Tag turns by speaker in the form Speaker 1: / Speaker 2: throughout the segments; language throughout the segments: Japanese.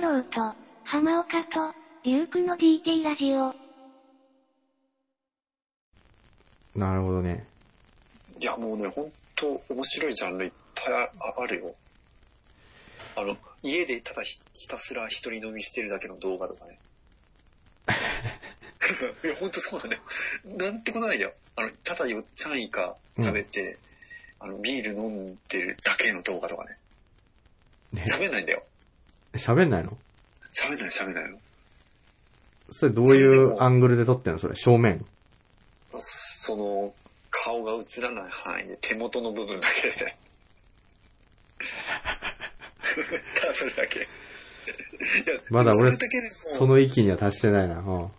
Speaker 1: 郎と、浜岡と、リュウクの DT ラジオ。
Speaker 2: なるほどね。
Speaker 3: いや、もうね、ほんと面白いジャンルいっぱいああるよ。あの、家でただひひたすら一人飲みしてるだけの動画とかね。 いや、ほんとそうなんだよ。なんてことないよ。あの、ただよっちゃんイカ食べて、あの、ビール飲んでるだけの動画とかね。
Speaker 2: ね
Speaker 3: 喋んないんだよ。
Speaker 2: 喋んないの
Speaker 3: 喋んない喋んないの。
Speaker 2: それどういうアングルで撮ってんのそれ、正面。
Speaker 3: その、顔が映らない範囲で手元の部分だけで。ただそれだけ。いや
Speaker 2: まだ
Speaker 3: そ
Speaker 2: 俺
Speaker 3: れだけで、
Speaker 2: そ
Speaker 3: も、
Speaker 2: の域には達してないな。うん。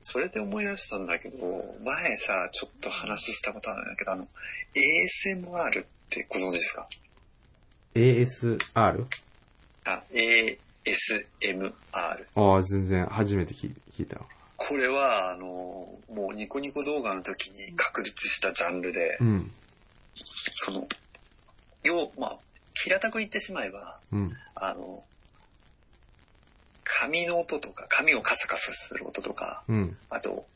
Speaker 3: それで思い出したんだけど、前さ、ちょっと話したことあるんだけど、あの、ASMR ってご存知ですか
Speaker 2: ASR?
Speaker 3: あ、ASMR。
Speaker 2: ああ、全然初めて聞い聞いたわ。
Speaker 3: これは、あの、もうニコニコ動画の時に確立したジャンルで、
Speaker 2: うん。
Speaker 3: その、要、まあ、平たく言ってしまえば、
Speaker 2: うん。
Speaker 3: あの、髪の音とか、髪をカサカサする音とか、
Speaker 2: うん。
Speaker 3: あと、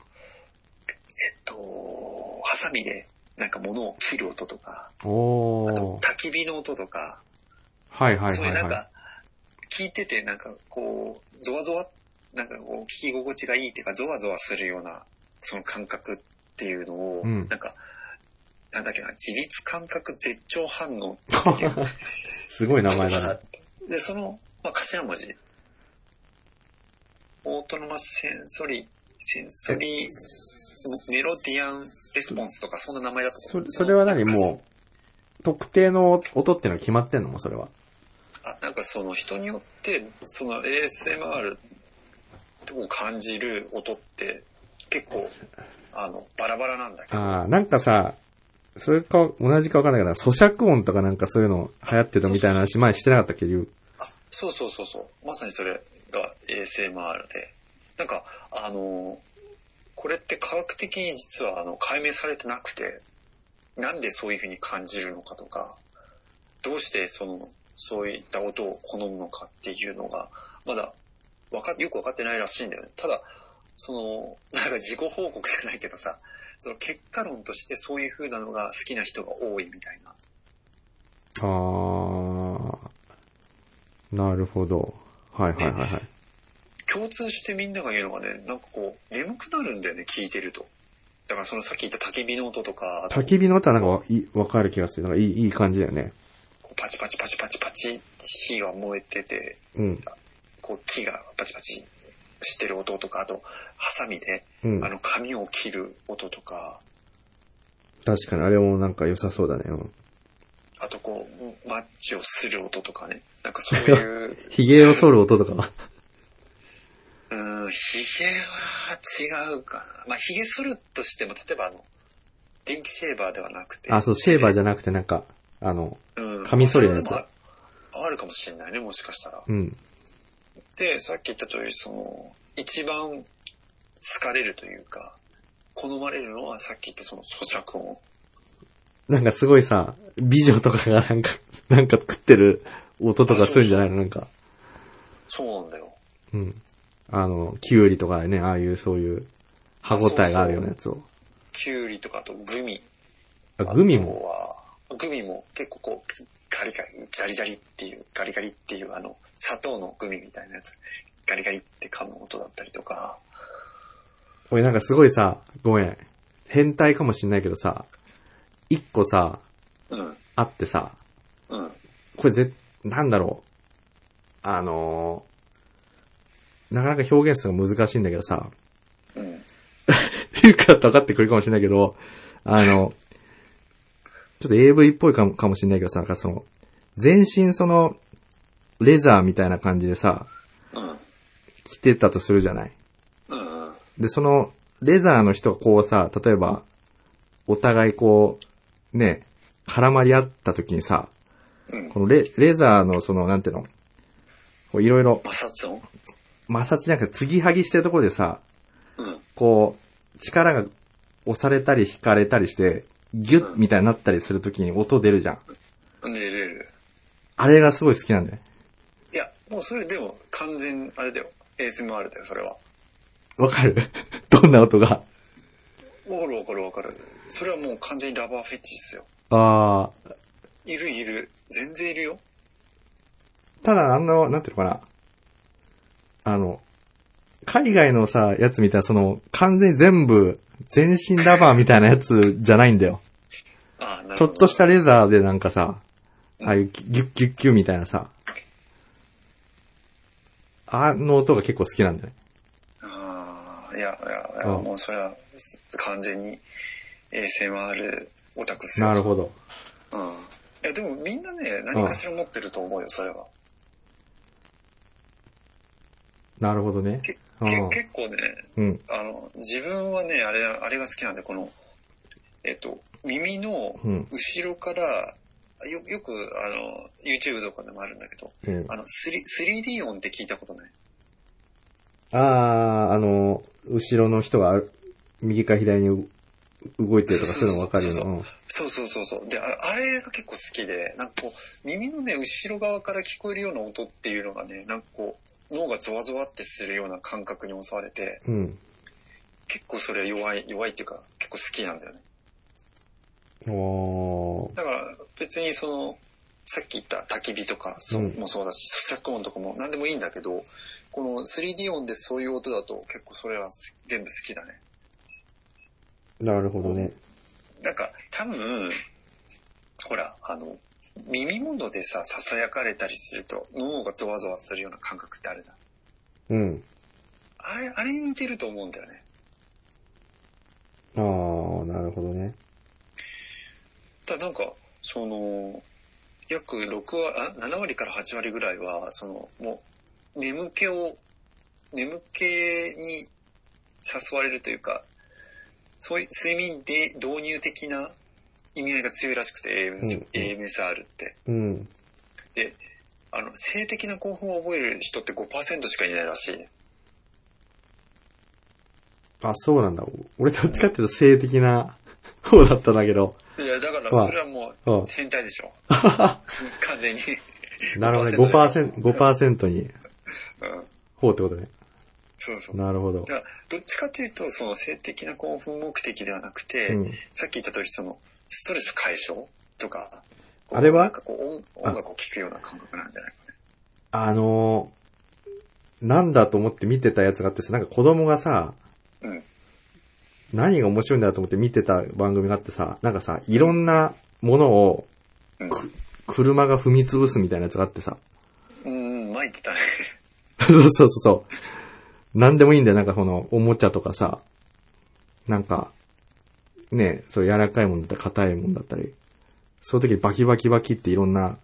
Speaker 3: えっと、ハサミでなんか物を切る音とか、
Speaker 2: お
Speaker 3: あと
Speaker 2: ー。
Speaker 3: 焚き火の音とか、
Speaker 2: はいはい
Speaker 3: そう
Speaker 2: は
Speaker 3: いうないん
Speaker 2: は
Speaker 3: か、聞いててなんかこう、ゾワゾワ、なんかこう、聞き心地がいいっていうか、ゾワゾワするような、その感覚っていうのを、
Speaker 2: うん
Speaker 3: なんか、なんだっけな、自律感覚絶頂反応っていう
Speaker 2: い。すごい名前だな。
Speaker 3: で、その、まあ、頭文字。オートノマスセンソリ、センソリ、メロディアンレスポンスとか、そんな名前だったと
Speaker 2: そ
Speaker 3: 思う
Speaker 2: それは何もう、特定の音ってのは決まってんのもうそれは。
Speaker 3: あなんかその人によって、その ASMR を感じる音って、結構、あの、バラバラなんだけど、
Speaker 2: ああ、なんかさ、それか、同じかわかんないけど、咀嚼音とかなんかそういうの流行ってたみたいな話前してなかったっけど、
Speaker 3: あ、そうそうそうそう。まさにそれが ASMR で。なんか、あの、これって科学的に実はあの解明されてなくて、なんでそういうふうに感じるのかとか、どうしてその、そういった音を好むのかっていうのが、まだわかっ、よくわかってないらしいんだよね。ただ、その、なんか自己報告じゃないけどさ、その結果論としてそういう風なのが好きな人が多いみたいな。
Speaker 2: ああ、なるほど。はいはいはいはい。
Speaker 3: 共通してみんなが言うのがね、なんかこう、眠くなるんだよね、聞いてると。だからそのさっき言った焚き火の音とか、あと
Speaker 2: 焚き火の音はなんかいいわかる気がする。なんかいいいい感じだよね。
Speaker 3: こうパチパチパチパチパチ、火が燃えてて、
Speaker 2: うん。
Speaker 3: こう木がパチパチしてる音とか、あと、ハサミで、
Speaker 2: うん。
Speaker 3: あの、髪を切る音とか、
Speaker 2: 確かにあれもなんか良さそうだね。うん。
Speaker 3: あとこう、マッチをする音とかね。なんかそ ういう、
Speaker 2: 髭を剃る音とか。
Speaker 3: うーん、髭は違うかな。まあ、髭剃るとしても、例えばあの、電気シェーバーではなくて。
Speaker 2: あ、そう、シェーバーじゃなくてなんか、あの、
Speaker 3: うん
Speaker 2: カミソリのやつ
Speaker 3: まあそれでもああるかもしれないね、もしかしたら。
Speaker 2: うん。
Speaker 3: で、さっき言った通り、その、一番好かれるというか、好まれるのはさっき言ったその咀嚼音。
Speaker 2: なんかすごいさ、美女とかがなんか、 なんか食ってる音とかするんじゃないのなんか。
Speaker 3: そうなんだよ。
Speaker 2: うん。あの、キュウリとかね、ああいうそういう、歯応えがあるようなやつを。
Speaker 3: キュウリとかあとグミ。
Speaker 2: あ、グミも。
Speaker 3: あとはグミも結構こう、ガリガリ、ジャリジャリっていう、ガリガリっていうあの、砂糖のグミみたいなやつ。ガリガリって噛む音だったりとか。
Speaker 2: 俺なんかすごいさ、ごめん。変態かもしんないけどさ、一個さ、
Speaker 3: うん、
Speaker 2: あってさ、
Speaker 3: うん、
Speaker 2: これぜ、なんだろう。あのーなかなか表現するのが難しいんだけどさ、
Speaker 3: うん。
Speaker 2: 言うから分かってくるかもしれないけど、あの、ちょっと AV っぽいかもかもしれないけどさ、なんかその、全身その、レザーみたいな感じでさ、
Speaker 3: うん、
Speaker 2: 着てたとするじゃない
Speaker 3: うん、うん。
Speaker 2: で、その、レザーの人がこうさ、例えば、お互いこう、ね、絡まり合った時にさ、
Speaker 3: うん
Speaker 2: このレ、レザーのその、なんていうの、こういろいろ
Speaker 3: 摩擦音
Speaker 2: 摩擦じゃなくて、継ぎはぎしてるところでさ、
Speaker 3: うん。
Speaker 2: こう、力が押されたり引かれたりして、ギュッみたいになったりするときに音出るじゃん。
Speaker 3: 寝れる。
Speaker 2: あれがすごい好きなんだよね。
Speaker 3: いや、もうそれでも完全、あれだよ。ASMR だよ、それは。
Speaker 2: わかる どんな音が。
Speaker 3: わかるわかるわかる。それはもう完全にラバーフェチですよ。
Speaker 2: ああ、
Speaker 3: いるいる。全然いるよ。
Speaker 2: ただあの、なんていうのかな。あの、海外のさ、やつみたいな、その、完全に全部、全身ラバーみたいなやつじゃないんだよ。
Speaker 3: ああ、なるほど。
Speaker 2: ちょっとしたレザーでなんかさ、ああいうギュッギュッギュッみたいなさ、あの音が結構好きなんだよね。
Speaker 3: ああ、いや、いや、いや
Speaker 2: うん
Speaker 3: もうそれはす完全に ASMR オタクですよ。
Speaker 2: なるほど。
Speaker 3: ど。うん。いや、でもみんなね、何かしら持ってると思うよ、それは。
Speaker 2: なるほどね
Speaker 3: け。
Speaker 2: う
Speaker 3: け
Speaker 2: ん
Speaker 3: 結構ね、
Speaker 2: うん。
Speaker 3: あの、自分はね、あれ、あれが好きなんで、この、えっと、耳の
Speaker 2: うん
Speaker 3: 後ろから、よよく、あの、YouTube とかでもあるんだけど、
Speaker 2: うん、
Speaker 3: あの、3 3D 音って聞いたことない
Speaker 2: あー、あの、後ろの人が右か左にう動いてるとかそういうのわかるよ
Speaker 3: そうそう
Speaker 2: な。
Speaker 3: そうそうそうそう。で、ああれが結構好きで、なんかこう、耳のね、後ろ側から聞こえるような音っていうのがね、なんかこう、脳がゾワゾワってするような感覚に襲われて、
Speaker 2: うん。うん
Speaker 3: 結構それ弱い、弱いっていうか、結構好きなんだよね。
Speaker 2: おー
Speaker 3: だから、別にその、さっき言った焚き火とか、そう
Speaker 2: うん
Speaker 3: もそうだし、咀嚼音とかも何でもいいんだけど、この 3D 音でそういう音だと結構それはす全部好きだね。
Speaker 2: なるほどね。
Speaker 3: なんか、多分、ほら、あの、耳元でさ、囁かれたりすると、脳がゾワゾワするような感覚ってあるじゃん。
Speaker 2: うん。
Speaker 3: あれ、あれに似てると思うんだよね。
Speaker 2: あー、なるほどね。
Speaker 3: ただなんか、その、約6割、あ、7割から8割ぐらいは、その、もう、眠気を、眠気に誘われるというか、そういう睡眠で導入的な意味合いが強いらしくて、
Speaker 2: んうん
Speaker 3: AMSR って。
Speaker 2: うん。
Speaker 3: あの、性的な興奮を覚える人って5%しかいないらしい。
Speaker 2: あ、そうなんだ。俺どっちかっていうと性的な 方だったんだけど。
Speaker 3: いや、だか
Speaker 2: まあ
Speaker 3: ら、それはも
Speaker 2: う
Speaker 3: う、
Speaker 2: ん。
Speaker 3: 変態でし ょ。完全に。
Speaker 2: なるほどね。
Speaker 3: 5%
Speaker 2: 5%、5%に、
Speaker 3: うん。
Speaker 2: 方ってことね。
Speaker 3: そうそう。だ
Speaker 2: なるほど
Speaker 3: か。ら、どっちかというと、その性的な興奮目的ではなくて、
Speaker 2: うん。
Speaker 3: さっき言った通り、その、ストレス解消とか、
Speaker 2: あれは
Speaker 3: なんかこう音、音楽を聴くような感覚なんじゃないかね。
Speaker 2: あのーなんだと思って見てたやつがあってさ、なんか子供がさ、
Speaker 3: うん
Speaker 2: 何が面白いんだと思って見てた番組があってさ、なんかさ、いろんなものを
Speaker 3: うん
Speaker 2: く車が踏み潰すみたいなやつがあってさ、
Speaker 3: うん、うん、巻いてたね。
Speaker 2: そうそうそうそう。なんでもいいんだよ、なんかこの、おもちゃとかさ、なんか、ね、そう柔らかいもんだったり、硬いもんだったり、そういう時にバキバキバキっていろんな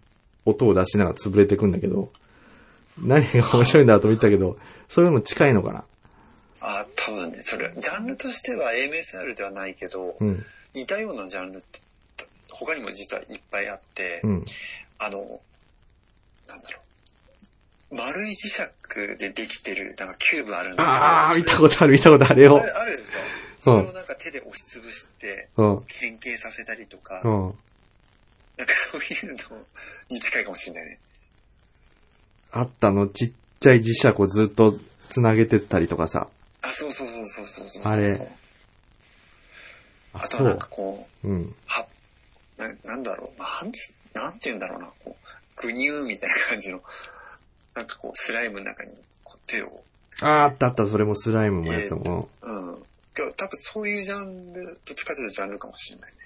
Speaker 2: 音を出しながら潰れてくんだけど、何が面白いんだと思ったけど、そういうの近いのかな
Speaker 3: あ、多分ね、それ、ジャンルとしては AMSR ではないけど、
Speaker 2: うん、
Speaker 3: 似たようなジャンルって、他にも実はいっぱいあって、
Speaker 2: うん。
Speaker 3: あの、なんだろう。丸い磁石でできてる、なんかキューブあるんだけど。
Speaker 2: ああ、見たことある、見たことあるよ
Speaker 3: あ。るあるでしょそれをなんか手で押しつぶして、
Speaker 2: うん、
Speaker 3: 変形させたりとか、
Speaker 2: うん。
Speaker 3: なんかそういうのに近いかもしれないね。
Speaker 2: あったの、ちっちゃい磁石をずっと繋げてったりとかさ。
Speaker 3: あ、そうそうそうそうそうそうそう
Speaker 2: あれあ、
Speaker 3: あと
Speaker 2: そ
Speaker 3: はなん
Speaker 2: う
Speaker 3: か。こう、
Speaker 2: うん。
Speaker 3: は、ななんだろう、なんつ、なんて言うんだろうな、こう、ぐにゅーみたいな感じの、なんかこう、スライムの中にこう手を
Speaker 2: ああ、あったあった、それもスライムもやつも。
Speaker 3: うん。けど多分そういうジャンル、どっちかというとジャンルかもしれないね。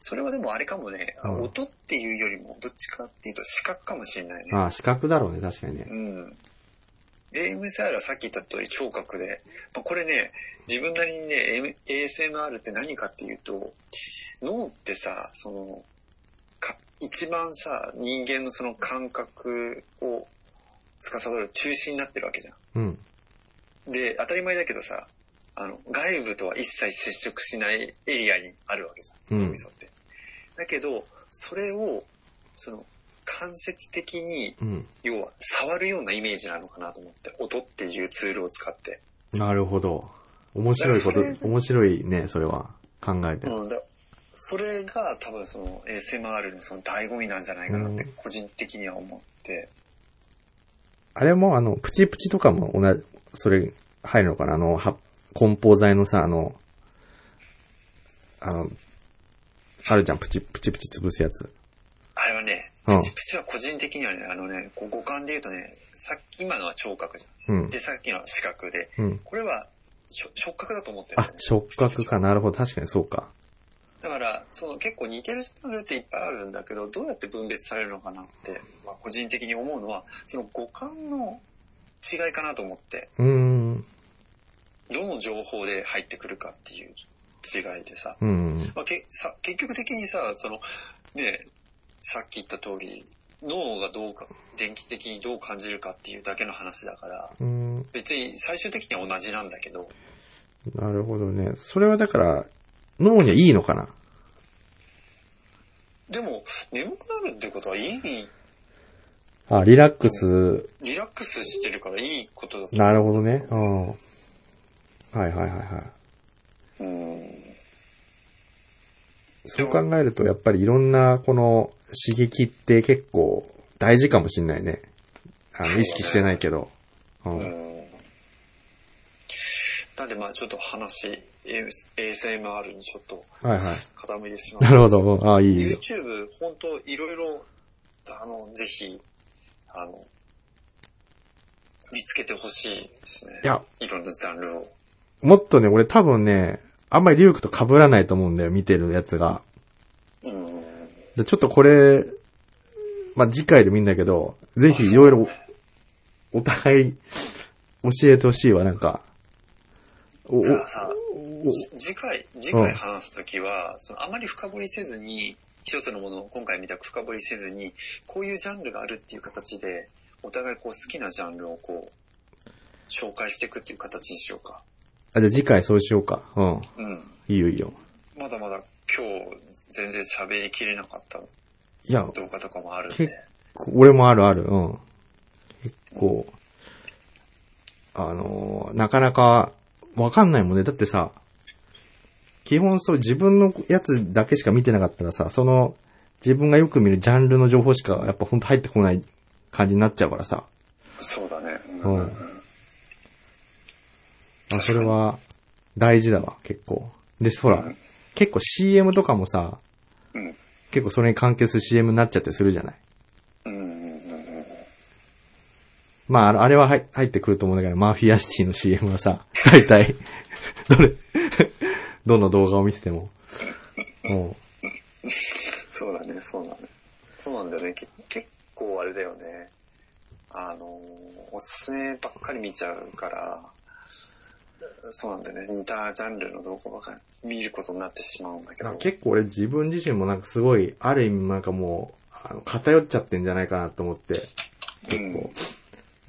Speaker 3: それはでもあれかもね、あ
Speaker 2: うん
Speaker 3: 音っていうよりも、どっちかっていうと視覚かもしれないね。
Speaker 2: ああ、視覚だろうね、確かにね。
Speaker 3: うん。AMSR はさっき言った通り聴覚で、まあ、これね、自分なりにね、AM ASMR って何かっていうと、脳ってさ、その、か一番さ、人間のその感覚を司る中心になってるわけじゃん。
Speaker 2: うん。
Speaker 3: で、当たり前だけどさ、あの、外部とは一切接触しないエリアにあるわけじゃん。
Speaker 2: うん
Speaker 3: 脳みそって。だけど、それを、その、間接的に、
Speaker 2: うん。
Speaker 3: 要は、触るようなイメージなのかなと思って、音っていうツールを使って。
Speaker 2: なるほど。面白いこと
Speaker 3: だからそ、れ
Speaker 2: 面白いね、それは。考えて。
Speaker 3: うん、だそれが多分その ASMR のその醍醐味なんじゃないかなって
Speaker 2: う
Speaker 3: 個人的には思って、
Speaker 2: あれもあの、プチプチとかも同じ、それ入るのかなあの、は、梱包材のさ、あの、あの、あるじゃん、プチ、プチプチ潰すやつ。
Speaker 3: あれはね、
Speaker 2: うん
Speaker 3: プチプチは個人的にはね、あのね、こう五感で言うとね、さっき今のは聴覚じゃん。
Speaker 2: うん
Speaker 3: で、さっきのは視覚で、
Speaker 2: うん。
Speaker 3: これはしょ触覚だと思ってる、
Speaker 2: あ、触覚か。なるほど。確かにそうか。
Speaker 3: だから、その結構似てるジャンルっていっぱいあるんだけど、どうやって分別されるのかなって、まあ個人的に思うのは、その五感の違いかなと思って、
Speaker 2: うーん。
Speaker 3: どの情報で入ってくるかっていう違いでさ。
Speaker 2: うん。
Speaker 3: まあ、けさ結局的にさそのねさっき言った通り脳がどうか電気的にどう感じるかっていうだけの話だから
Speaker 2: うん。
Speaker 3: 別に最終的には同じなんだけど
Speaker 2: なるほどね。それはだから、脳にはいいのかな
Speaker 3: でも眠くなるってことはいい
Speaker 2: あ、リラックス、
Speaker 3: リラックスしてるからいいことだと
Speaker 2: なるほどね。うん。はいはいはいはい。
Speaker 3: うん
Speaker 2: そう考えると、やっぱりいろんな、この、刺激って結構大事かもしんないね。あの、意識してないけど。う。
Speaker 3: うんんなんでまあちょっと話 AS ASMR にちょっと
Speaker 2: はいはい。
Speaker 3: 傾いてしまう
Speaker 2: なるほど。うんああ、いいいいよ。
Speaker 3: YouTube、本当いろいろ、あの、ぜひ、あの、見つけてほしいですね。
Speaker 2: いや、
Speaker 3: いろんなジャンルを。
Speaker 2: もっとね、俺多分ね、あんまりリュウクと被らないと思うんだよ、見てるやつが。
Speaker 3: うん。
Speaker 2: で、ちょっとこれ、まあ、次回でもいいんだけど、ぜひいろいろお、お互い教えてほしいわ、なんか。お、お
Speaker 3: じゃあさ、
Speaker 2: お
Speaker 3: 次回、次回話すときは、そのあまり深掘りせずに、一つのものを今回見たく深掘りせずに、こういうジャンルがあるっていう形で、お互いこう好きなジャンルをこう、紹介していくっていう形にしようか。
Speaker 2: あ、じゃあ次回そうしようか。うん。
Speaker 3: うん。
Speaker 2: いいよいいよ。
Speaker 3: まだまだ今日全然喋りきれなかった
Speaker 2: いや、
Speaker 3: 動画とかもあるん
Speaker 2: 結
Speaker 3: で。
Speaker 2: 構、俺もあるある、うん。結構、あのーなかなか、わかんないもんね。だってさ、基本そう、自分のやつだけしか見てなかったらさ、その、自分がよく見るジャンルの情報しか、やっぱほんと入ってこない感じになっちゃうからさ。
Speaker 3: そうだね。
Speaker 2: うんあ、それは、大事だわ、結構。で、ほら、結構 CM とかもさ、
Speaker 3: うん。
Speaker 2: 結構それに関係する CM になっちゃってするじゃない。
Speaker 3: うんうんうんうん。
Speaker 2: まああの、あれは入入ってくると思うんだけど、マーフィアシティの CM はさ、大体、どれ、どの動画を見てても。も
Speaker 3: そうだね、そうだね。そうなんだよね。け結構あれだよね。あのー、おすすめばっかり見ちゃうから、そうなんだよね。似たジャンルの動画ばっかり見ることになってしまうんだけ
Speaker 2: う、な
Speaker 3: ど。
Speaker 2: んか結構俺自分自身もなんかすごい、ある意味なんかもう、あの偏っちゃってんじゃないかなと思って、結構、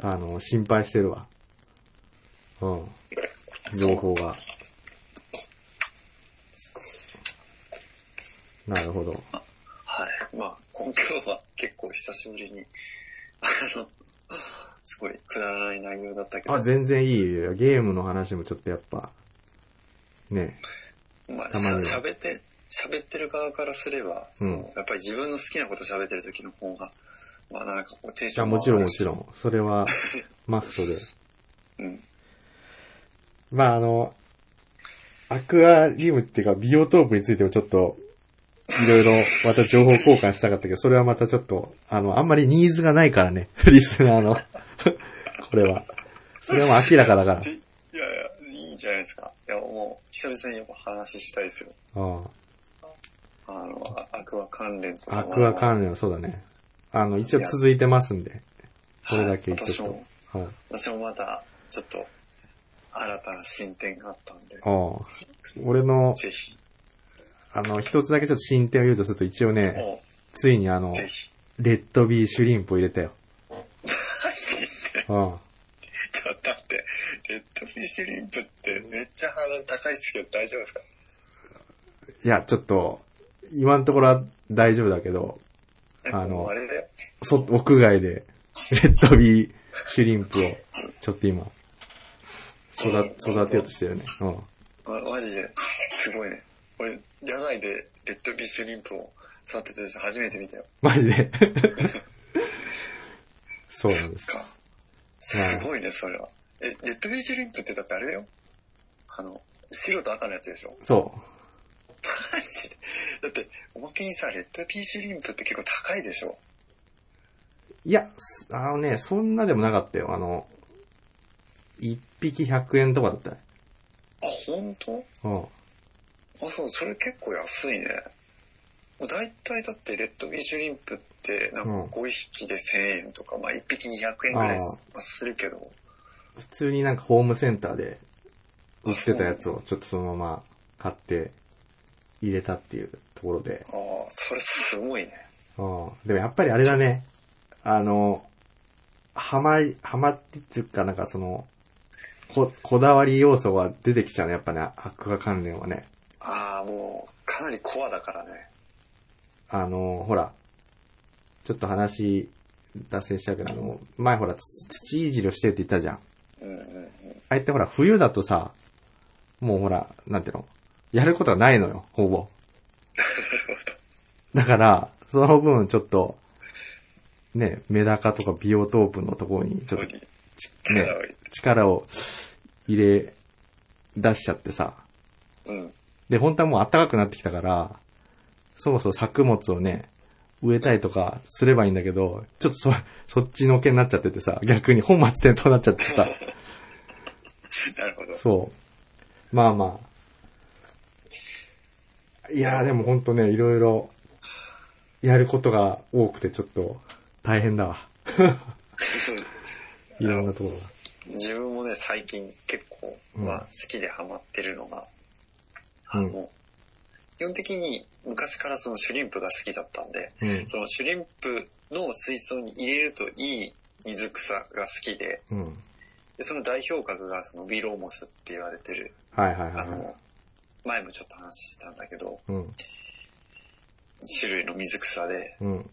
Speaker 2: あの、心配してるわ。うん。情報が。なるほど。
Speaker 3: はい。まあ、今日は結構久しぶりに、あの、すごいくだらない内容だったけど、
Speaker 2: あ、全然いいよ。ゲームの話もちょっとやっぱ、ね。
Speaker 3: まあ、
Speaker 2: たまには
Speaker 3: 喋って、喋ってる側からすれば、その
Speaker 2: うん
Speaker 3: やっぱり自分の好きなこと喋ってる時の方が、まあなんかこう、テンシ
Speaker 2: いや、
Speaker 3: ョン
Speaker 2: もちろんもちろ
Speaker 3: ん。
Speaker 2: ん。それ は、マストで。
Speaker 3: うん。
Speaker 2: まあ、あの、アクアリウムっていうか、ビオトープについてもちょっと、いろいろ、また情報交換したかったけど、それはまたちょっと、あの、あんまりニーズがないからね。 リスナーの。これは。それはもう明らかだ から
Speaker 3: で。いやいや、いいじゃないですか。いや、もう、久々にやっぱ話したいですよ。
Speaker 2: うん。
Speaker 3: あの、あアクア関連とかは。
Speaker 2: アクア関連はそうだね。あの、一応続いてますんで。これだけ言っとく
Speaker 3: 私も
Speaker 2: と。はい。
Speaker 3: 私もまた、ちょっと、新たな進展があったんで、
Speaker 2: ああ。俺の、
Speaker 3: ぜひ、
Speaker 2: あの、一つだけちょっと進展を言うとすると、一応ね、
Speaker 3: も
Speaker 2: ついにあの
Speaker 3: う、、ぜひ、
Speaker 2: レッドビーシュリンプを入れたよ。うん。
Speaker 3: だって、レッドフィッシュリンプってめっちゃ鼻高いですけど大丈夫ですか
Speaker 2: いや、ちょっと、今のところは大丈夫だけど、あ
Speaker 3: あ
Speaker 2: の
Speaker 3: の、あれだよ。
Speaker 2: そ、屋外で、レッドビーシュリンプを、ちょっと今、育、育てようとしてるね。うん。
Speaker 3: ま、マジで、 すごいね。俺、野外でレッドビッシュリンプを育ててる人初めて見たよ。
Speaker 2: マジで。そうなんです。
Speaker 3: か。すごいね、それは。え、レッドビージュリンプってだってあれだよ。あの、白と赤のやつでしょ。
Speaker 2: そう。
Speaker 3: マジで。だって、おまけにさ、レッドビージュリンプって結構高いでしょ。
Speaker 2: いや、すあのね、そんなでもなかったよ。あの、一匹100円とかだったね。
Speaker 3: あ、本当？
Speaker 2: うん。
Speaker 3: あ、そう、それ結構安いね。もう大体だって、レッドビージュリンプって、なんか
Speaker 2: うん
Speaker 3: 5匹で1000円とか、まあ1匹200円ぐらいすまあするけど、
Speaker 2: 普通になんかホームセンターで売ってたやつをちょっとそのまま買って入れたっていうところで。
Speaker 3: ああ、それすごいね。
Speaker 2: うん。でもやっぱりあれだね。あの、はまり、はまってっていうかなんかその、こ、こだわり要素は出てきちゃうね。やっぱね、アクア関連はね。
Speaker 3: ああ、もう、かなりコアだからね。
Speaker 2: あの、ほら、ちょっと話、脱線しちゃうけど、あの、前ほら、土土いじりをしてって言ったじゃん。
Speaker 3: うんうんうん。
Speaker 2: あえてほら、冬だとさ、もうほら、なんていうのやることがないのよ、ほぼ。だから、その分ちょっと、ね、メダカとかビオトープのところに、ちょっ
Speaker 3: 本当
Speaker 2: と
Speaker 3: に
Speaker 2: ね
Speaker 3: 力を入れて。
Speaker 2: 力を入れ出しちゃってさ。
Speaker 3: うん。
Speaker 2: で、本当はもう暖かくなってきたから、そもそも作物をね、植えたりとかすればいいんだけど、ちょっとそ、そっちのけになっちゃっててさ、逆に本末転倒になっちゃってさ。
Speaker 3: なるほど。
Speaker 2: そう。まあまあ。いやーでもほんとね、いろいろ、やることが多くてちょっと、大変だわ。いろんなところが。
Speaker 3: 自分もね、最近結構、
Speaker 2: うん
Speaker 3: まあ、好きでハマってるのが、
Speaker 2: うん
Speaker 3: あの、基本的に昔からそのシュリンプが好きだったんで、
Speaker 2: うん。
Speaker 3: そのシュリンプの水槽に入れるといい水草が好きで、
Speaker 2: うん。
Speaker 3: でその代表格がそのビローモスって言われてる、
Speaker 2: はいはい
Speaker 3: あ
Speaker 2: は
Speaker 3: の、前もちょっと話したんだけど、
Speaker 2: い。うん。
Speaker 3: 種類の水草で、
Speaker 2: うん。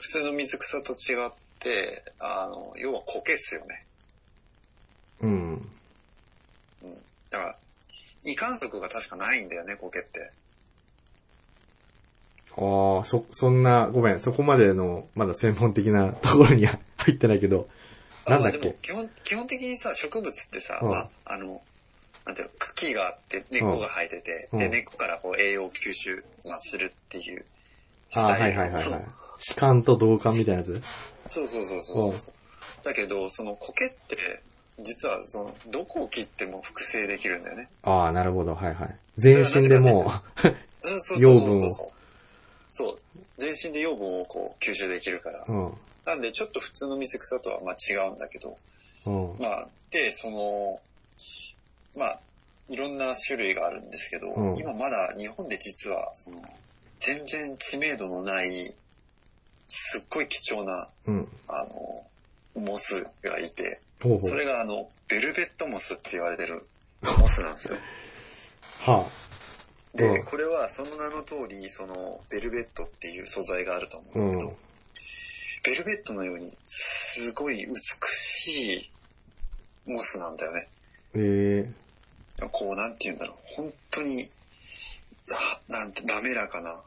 Speaker 3: 普通の水草と違って、あの、要は苔っすよね。
Speaker 2: うん。
Speaker 3: だから、異観測が確かないんだよね、苔って。
Speaker 2: ああ、そ、そんな、ごめん、そこまでの、まだ専門的なところには 入ってないけど、なんだっ
Speaker 3: あでも
Speaker 2: け
Speaker 3: 基本、基本的にさ、植物ってさ、
Speaker 2: うん
Speaker 3: まあ、あの、なんていうの、茎があって、根っこが生えてて、
Speaker 2: うん
Speaker 3: で、
Speaker 2: うん
Speaker 3: 根っこからこう栄養を吸収、まあ、するっていうス
Speaker 2: ああ、は
Speaker 3: タイ
Speaker 2: い
Speaker 3: ル。
Speaker 2: はいはいはい。主観と同感みたいなやつ
Speaker 3: そうそうそうそうそうそう。だけど、その苔って、実はその、どこを切っても複製できるんだよね。
Speaker 2: ああ、なるほど、はいはい。全身でも
Speaker 3: そうそうそうそう
Speaker 2: 養分を
Speaker 3: そう。そう。全身で養分をこう吸収できるから
Speaker 2: う、。
Speaker 3: なんで、ちょっと普通の水草とはまあ違うんだけど、
Speaker 2: うん。うん。
Speaker 3: まあ、で、その、まあ、いろんな種類があるんですけど、
Speaker 2: うん
Speaker 3: 今まだ日本で実は、その、全然知名度のない、すっごい貴重な、
Speaker 2: うん。
Speaker 3: あの、モスがいて、
Speaker 2: ほうほ。
Speaker 3: そうれがあの、ベルベットモスって言われてるモスなんですよ。
Speaker 2: はう
Speaker 3: で、
Speaker 2: ん
Speaker 3: これはその名の通り、その、ベルベットっていう素材があると思
Speaker 2: あ。う
Speaker 3: うんだけど、
Speaker 2: ん。
Speaker 3: ベルベットのように、すごい美しいモスなんだよね。
Speaker 2: え
Speaker 3: こう、なんて言うんだろう。本当に、あなんて、滑らかな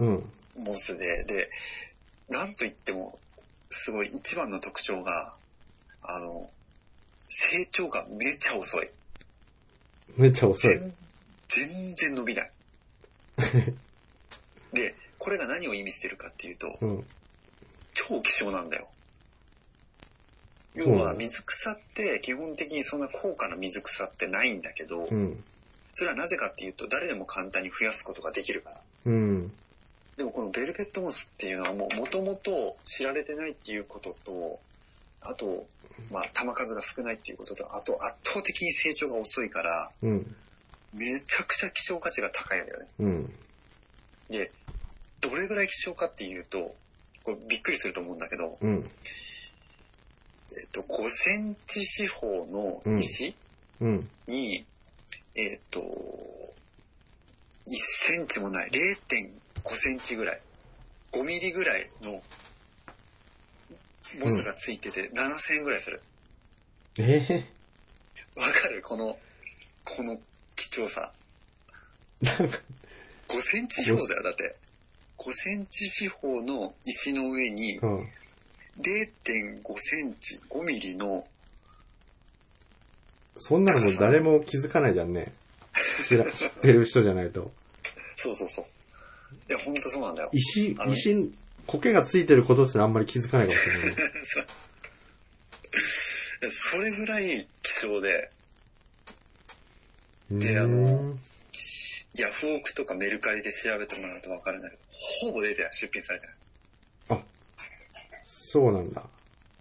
Speaker 2: えうん。
Speaker 3: モスで、で、なんと言っても、すごい一番の特徴が、あの、成長がめちゃ遅い。
Speaker 2: めっちゃ遅い。
Speaker 3: 全全然伸 びない。で、これが何を意味してるかっていうと、
Speaker 2: うん。
Speaker 3: 超希少なんだよ。
Speaker 2: そう
Speaker 3: 要
Speaker 2: なんだ
Speaker 3: は水草って基本的にそんな高価な水草ってないんだけど、
Speaker 2: うん。
Speaker 3: それはなぜかっていうと誰でも簡単に増やすことができるから。
Speaker 2: うん。
Speaker 3: でもこのベルベットモスっていうのはもう元々知られてないっていうことと、あと、まあ、球数が少ないっていうことと、あと圧倒的に成長が遅いから、
Speaker 2: うん。
Speaker 3: めちゃくちゃ希少価値が高いんだよね。
Speaker 2: うん。
Speaker 3: で、どれぐらい希少かっていうと、これびっくりすると思うんだけど、
Speaker 2: うん。
Speaker 3: えっと、5センチ四方の石
Speaker 2: うん。
Speaker 3: に、えっと、1センチもない、0.5センチぐらい、5ミリぐらいのモスがついてて7000円ぐらいする。
Speaker 2: ええ
Speaker 3: わかるこの、この貴重さ。5センチ四方だよ、だって。5センチ四方の石の上に
Speaker 2: うん。
Speaker 3: 0.5センチ、5ミリの、
Speaker 2: そんなのもう誰も気づかないじゃんね。知ら、知ってる人じゃないと。
Speaker 3: そうそうそう。いや、ほんとそうなんだよ。
Speaker 2: 石
Speaker 3: あ、の
Speaker 2: 石、苔がついてることすらあんまり気づかないかもしれないね。
Speaker 3: そういやそれぐらい希少で、であの
Speaker 2: うーん
Speaker 3: ヤフオクとかメルカリで調べてもらうとわかるんだけど、ほぼ出てない、出品されてない。
Speaker 2: あ、そうなんだ。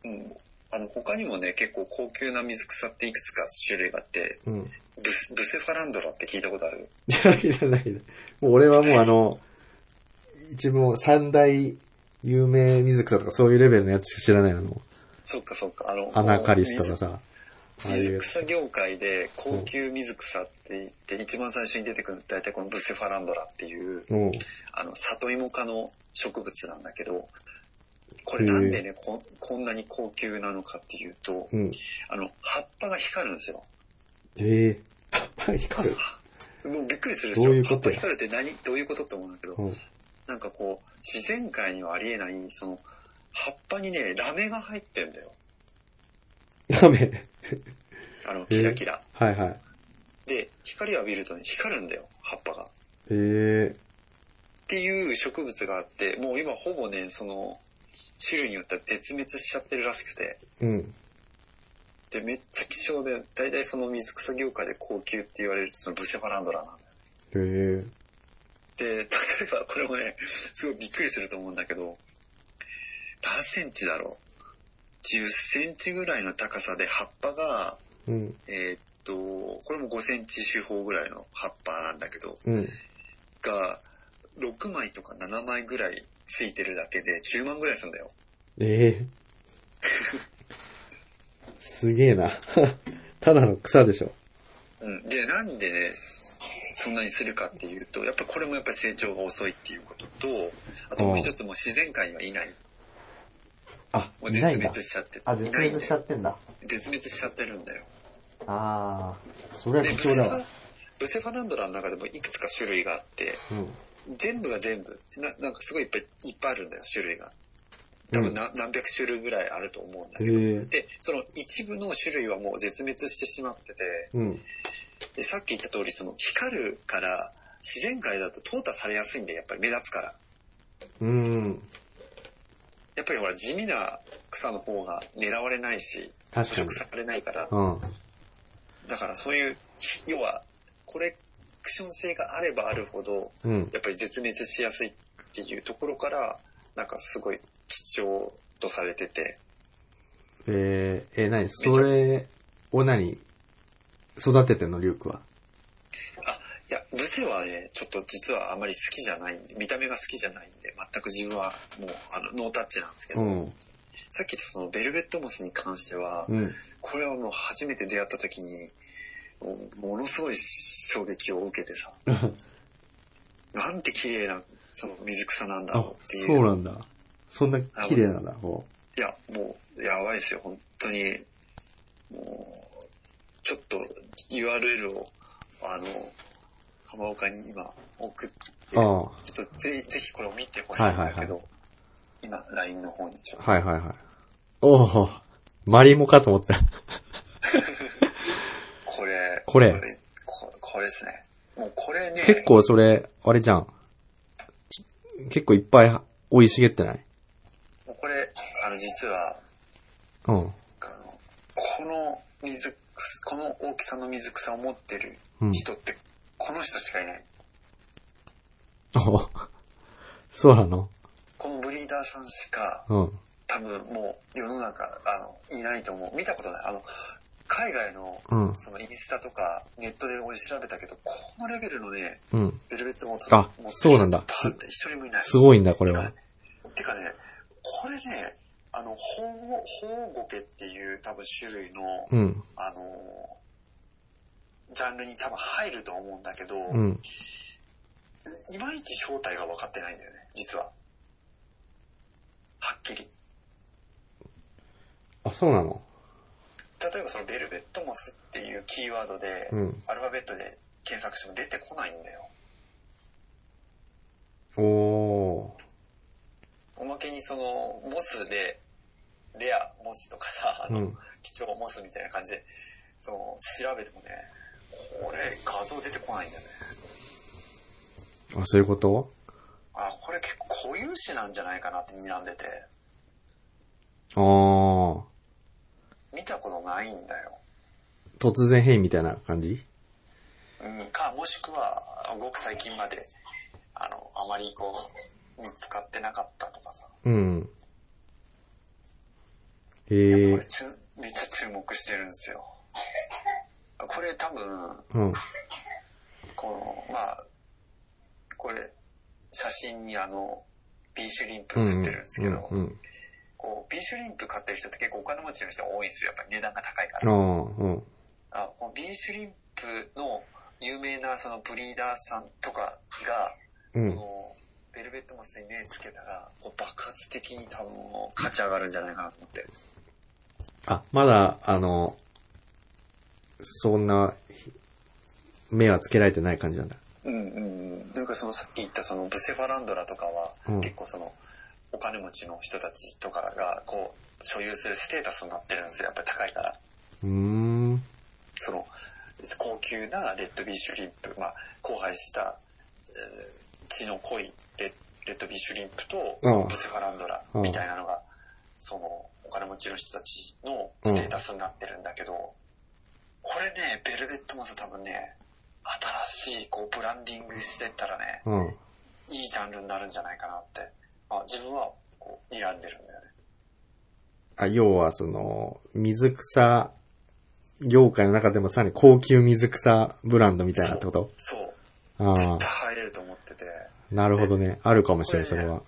Speaker 3: うん。あの、他にもね、結構高級な水草っていくつか種類があって、
Speaker 2: うん。
Speaker 3: ブスブセファランドラって聞いたことある
Speaker 2: いや、いらないいらない。もう俺はもうあの、一部もう三大有名水草とかそういうレベルのやつしか知らないあの、
Speaker 3: そっかそっか、あの、
Speaker 2: アナカリスとかさ、ああい
Speaker 3: 水
Speaker 2: う
Speaker 3: 水草業界で高級水草って言って、一番最初に出てくるのって大体このブセファランドラっていう、
Speaker 2: もう、
Speaker 3: あの、里芋科の植物なんだけど、これなんでね、ここんなに高級なのかっていうと、
Speaker 2: うん。
Speaker 3: あの、葉っぱが光るんですよ。
Speaker 2: ええー。光る。
Speaker 3: もうびっくりするんですよ。
Speaker 2: どういうこと
Speaker 3: 葉っぱ光るって何どういうことって思うんだけど、
Speaker 2: うん。
Speaker 3: なんかこう、自然界にはありえない、その、葉っぱにね、ラメが入ってんだよ。
Speaker 2: ダメ。
Speaker 3: あの、
Speaker 2: えー
Speaker 3: キラキラ。
Speaker 2: はいはい。
Speaker 3: で、光を浴びるとね、光るんだよ、葉っぱが。っ
Speaker 2: え
Speaker 3: ていう植物があって、もう今ほぼね、その、種類によっては絶滅しちゃってるらしくて、
Speaker 2: えうん。
Speaker 3: で、めっちゃ希少で、大体その水草業界で高級って言われると、そのブセファランドラなんだよ。
Speaker 2: ええ
Speaker 3: で、 例えばこれもね、すごいびっくりすると思うんだけど、何センチだろう ?10 センチぐらいの高さで葉っぱが、
Speaker 2: うん。
Speaker 3: えーっと、これも5センチ四方ぐらいの葉っぱなんだけど、
Speaker 2: うん。
Speaker 3: が、6枚とか7枚ぐらいついてるだけで10万ぐらいするんだよ。
Speaker 2: ええ すげえな。 ただの草でしょ。
Speaker 3: うん。で、なんでね、そんなにするかっていうと、やっぱこれもやっぱり成長が遅いっていうことと、あともう一つもう自然界にはいない。
Speaker 2: あ、
Speaker 3: もう絶滅しちゃって
Speaker 2: あ、絶滅しちゃ
Speaker 3: いないんだよ
Speaker 2: ってんだ。
Speaker 3: 絶滅しちゃってるんだよ。
Speaker 2: ああ、それは
Speaker 3: で
Speaker 2: 貴重だわ。
Speaker 3: ブセファランドラの中でもいくつか種類があって、
Speaker 2: うん。
Speaker 3: 全部が全部、ななんかすごいいっぱいいっぱいあるんだよ、種類が。多分な何百種類ぐらいあると思うんだけど。
Speaker 2: へえ。
Speaker 3: で、その一部の種類はもう絶滅してしまってて、
Speaker 2: うん。
Speaker 3: でさっき言った通り、その光るから自然界だと淘汰されやすいんで、やっぱり目立つから。
Speaker 2: うん。
Speaker 3: やっぱりほら地味な草の方が狙われないし、
Speaker 2: 確か
Speaker 3: 捕
Speaker 2: に
Speaker 3: 食。されないから、
Speaker 2: うん。
Speaker 3: だからそういう、要はコレクション性があればあるほど、
Speaker 2: うん。
Speaker 3: やっぱり絶滅しやすいっていうところから、なんかすごい貴重とされてて、
Speaker 2: えー、えー、何それを何育ててんの、リュウクは。
Speaker 3: いや、ブセはね、ちょっと実はあまり好きじゃないんで、見た目が好きじゃないんで、全く自分はもう、あの、ノータッチなんですけど、
Speaker 2: うん。
Speaker 3: さっき言ったそのベルベットモスに関しては、
Speaker 2: うん。
Speaker 3: これはもう初めて出会った時に、もうものすごい衝撃を受けてさ、なんて綺麗な、その水草なんだ
Speaker 2: あ
Speaker 3: ろうっ、ていう。
Speaker 2: そうなんだ。そんな綺麗なんだ、こ
Speaker 3: いや、もう、やばいですよ、本当に。もう、ちょっと URL を、あの、浜岡に今送って、
Speaker 2: う。
Speaker 3: ちょ
Speaker 2: あ
Speaker 3: っとぜひ、ぜひこれを見てほしいんだけど、今、LINE の方にちょ
Speaker 2: あ
Speaker 3: っ
Speaker 2: ー。はいはいはい。おおマリモかと思った。
Speaker 3: と、これ、
Speaker 2: これ
Speaker 3: これ、ここれですね。もうこれね、
Speaker 2: 結構それ、あれじゃん。結構いっぱい生い茂ってない
Speaker 3: もうこれ、あの、実は、
Speaker 2: うん。
Speaker 3: あの、この水草、この大きさの水草を持ってる人って、この人しかいない。
Speaker 2: おそうなの
Speaker 3: このブリーダーさんしか、
Speaker 2: うん。
Speaker 3: 多分もう世の中、あの、いないと思う。見たことない。あの、海外の、
Speaker 2: うん。
Speaker 3: そのインスタとかネットで俺調べたけど、このレベルのね、
Speaker 2: うん。
Speaker 3: ベルベットモーツ
Speaker 2: あそうなんだ
Speaker 3: 一人もいない。
Speaker 2: すごいんだ、これは。
Speaker 3: てかね、これね、あの、ホウゴ、ホウゴケっていう多分種類の、
Speaker 2: うん。
Speaker 3: あの、ジャンルに多分入ると思うんだけど、
Speaker 2: うん。
Speaker 3: いまいち正体が分かってないんだよね、実は。はっきり。
Speaker 2: あ、そうなの
Speaker 3: 例えばそのベルベットモスっていうキーワードで、
Speaker 2: うん
Speaker 3: アルファベットで検索しても出てこないんだよ。
Speaker 2: おー。
Speaker 3: おまけにそのモスでレアモスとかさ、あの、
Speaker 2: うん
Speaker 3: 貴重モスみたいな感じで、その、調べてもね、これ画像出てこないんだよね。
Speaker 2: あ、そういうこと
Speaker 3: あ、これ結構固有種なんじゃないかなって睨んでて、
Speaker 2: あー。
Speaker 3: 見たことないんだよ。
Speaker 2: 突然変異みたいな感じ
Speaker 3: うん、か、もしくは、ごく最近まで、あの、あまりこう、見つかってなかったとかさ。
Speaker 2: うん。
Speaker 3: い
Speaker 2: へ
Speaker 3: や
Speaker 2: え
Speaker 3: これ。ちゅめっちゃ注目してるんですよ。 これ多分、
Speaker 2: うん。
Speaker 3: この、まあ、これ、写真にあの、ビーシュリンプ
Speaker 2: う
Speaker 3: 写っ
Speaker 2: ん
Speaker 3: てるんですけど、
Speaker 2: うん。うん。
Speaker 3: こう、ビーシュリンプ買ってる人って結構お金持ちの人が多いんですよ。やっぱり値段が高いか
Speaker 2: あ
Speaker 3: ら。
Speaker 2: ーうん。
Speaker 3: あこのビーシュリンプの有名なそのブリーダーさんとかが、
Speaker 2: う
Speaker 3: こ
Speaker 2: ん。
Speaker 3: のベルベットモスに目つけたら、こう爆発的に多分もう価値上がるんじゃないかなと思って。
Speaker 2: あ、まだ、あの、そんな、目はつけられてない感じなんだ。
Speaker 3: うんうんうん。なんかそのさっき言ったそのブセファランドラとかは、
Speaker 2: うん
Speaker 3: 結構その、お金持ちの人たちとかが、こう、所有するステータスになってるんですよ。やっぱり高いから。
Speaker 2: うーん。
Speaker 3: その、高級なレッドビッシュリンプ、まあ、荒廃した、えー血の濃いレレッドビッシュリンプと、
Speaker 2: うん
Speaker 3: ブセファランドラみたいなのが、その、お金持ちの人たちのステータスになってるんだけど、これね、ベルベットマス多分ね、新しい、こう、ブランディングしてったらね、
Speaker 2: うん。
Speaker 3: いいジャンルになるんじゃないかなって、まあ、自分は、こう、睨んでるんだよね。
Speaker 2: あ、要はその、水草業界の中でもさらに高級水草ブランドみたいなってこと
Speaker 3: そう。
Speaker 2: あ
Speaker 3: 絶
Speaker 2: あ
Speaker 3: 対、入れると思ってて。
Speaker 2: なるほどね。あるかもしれない、それは。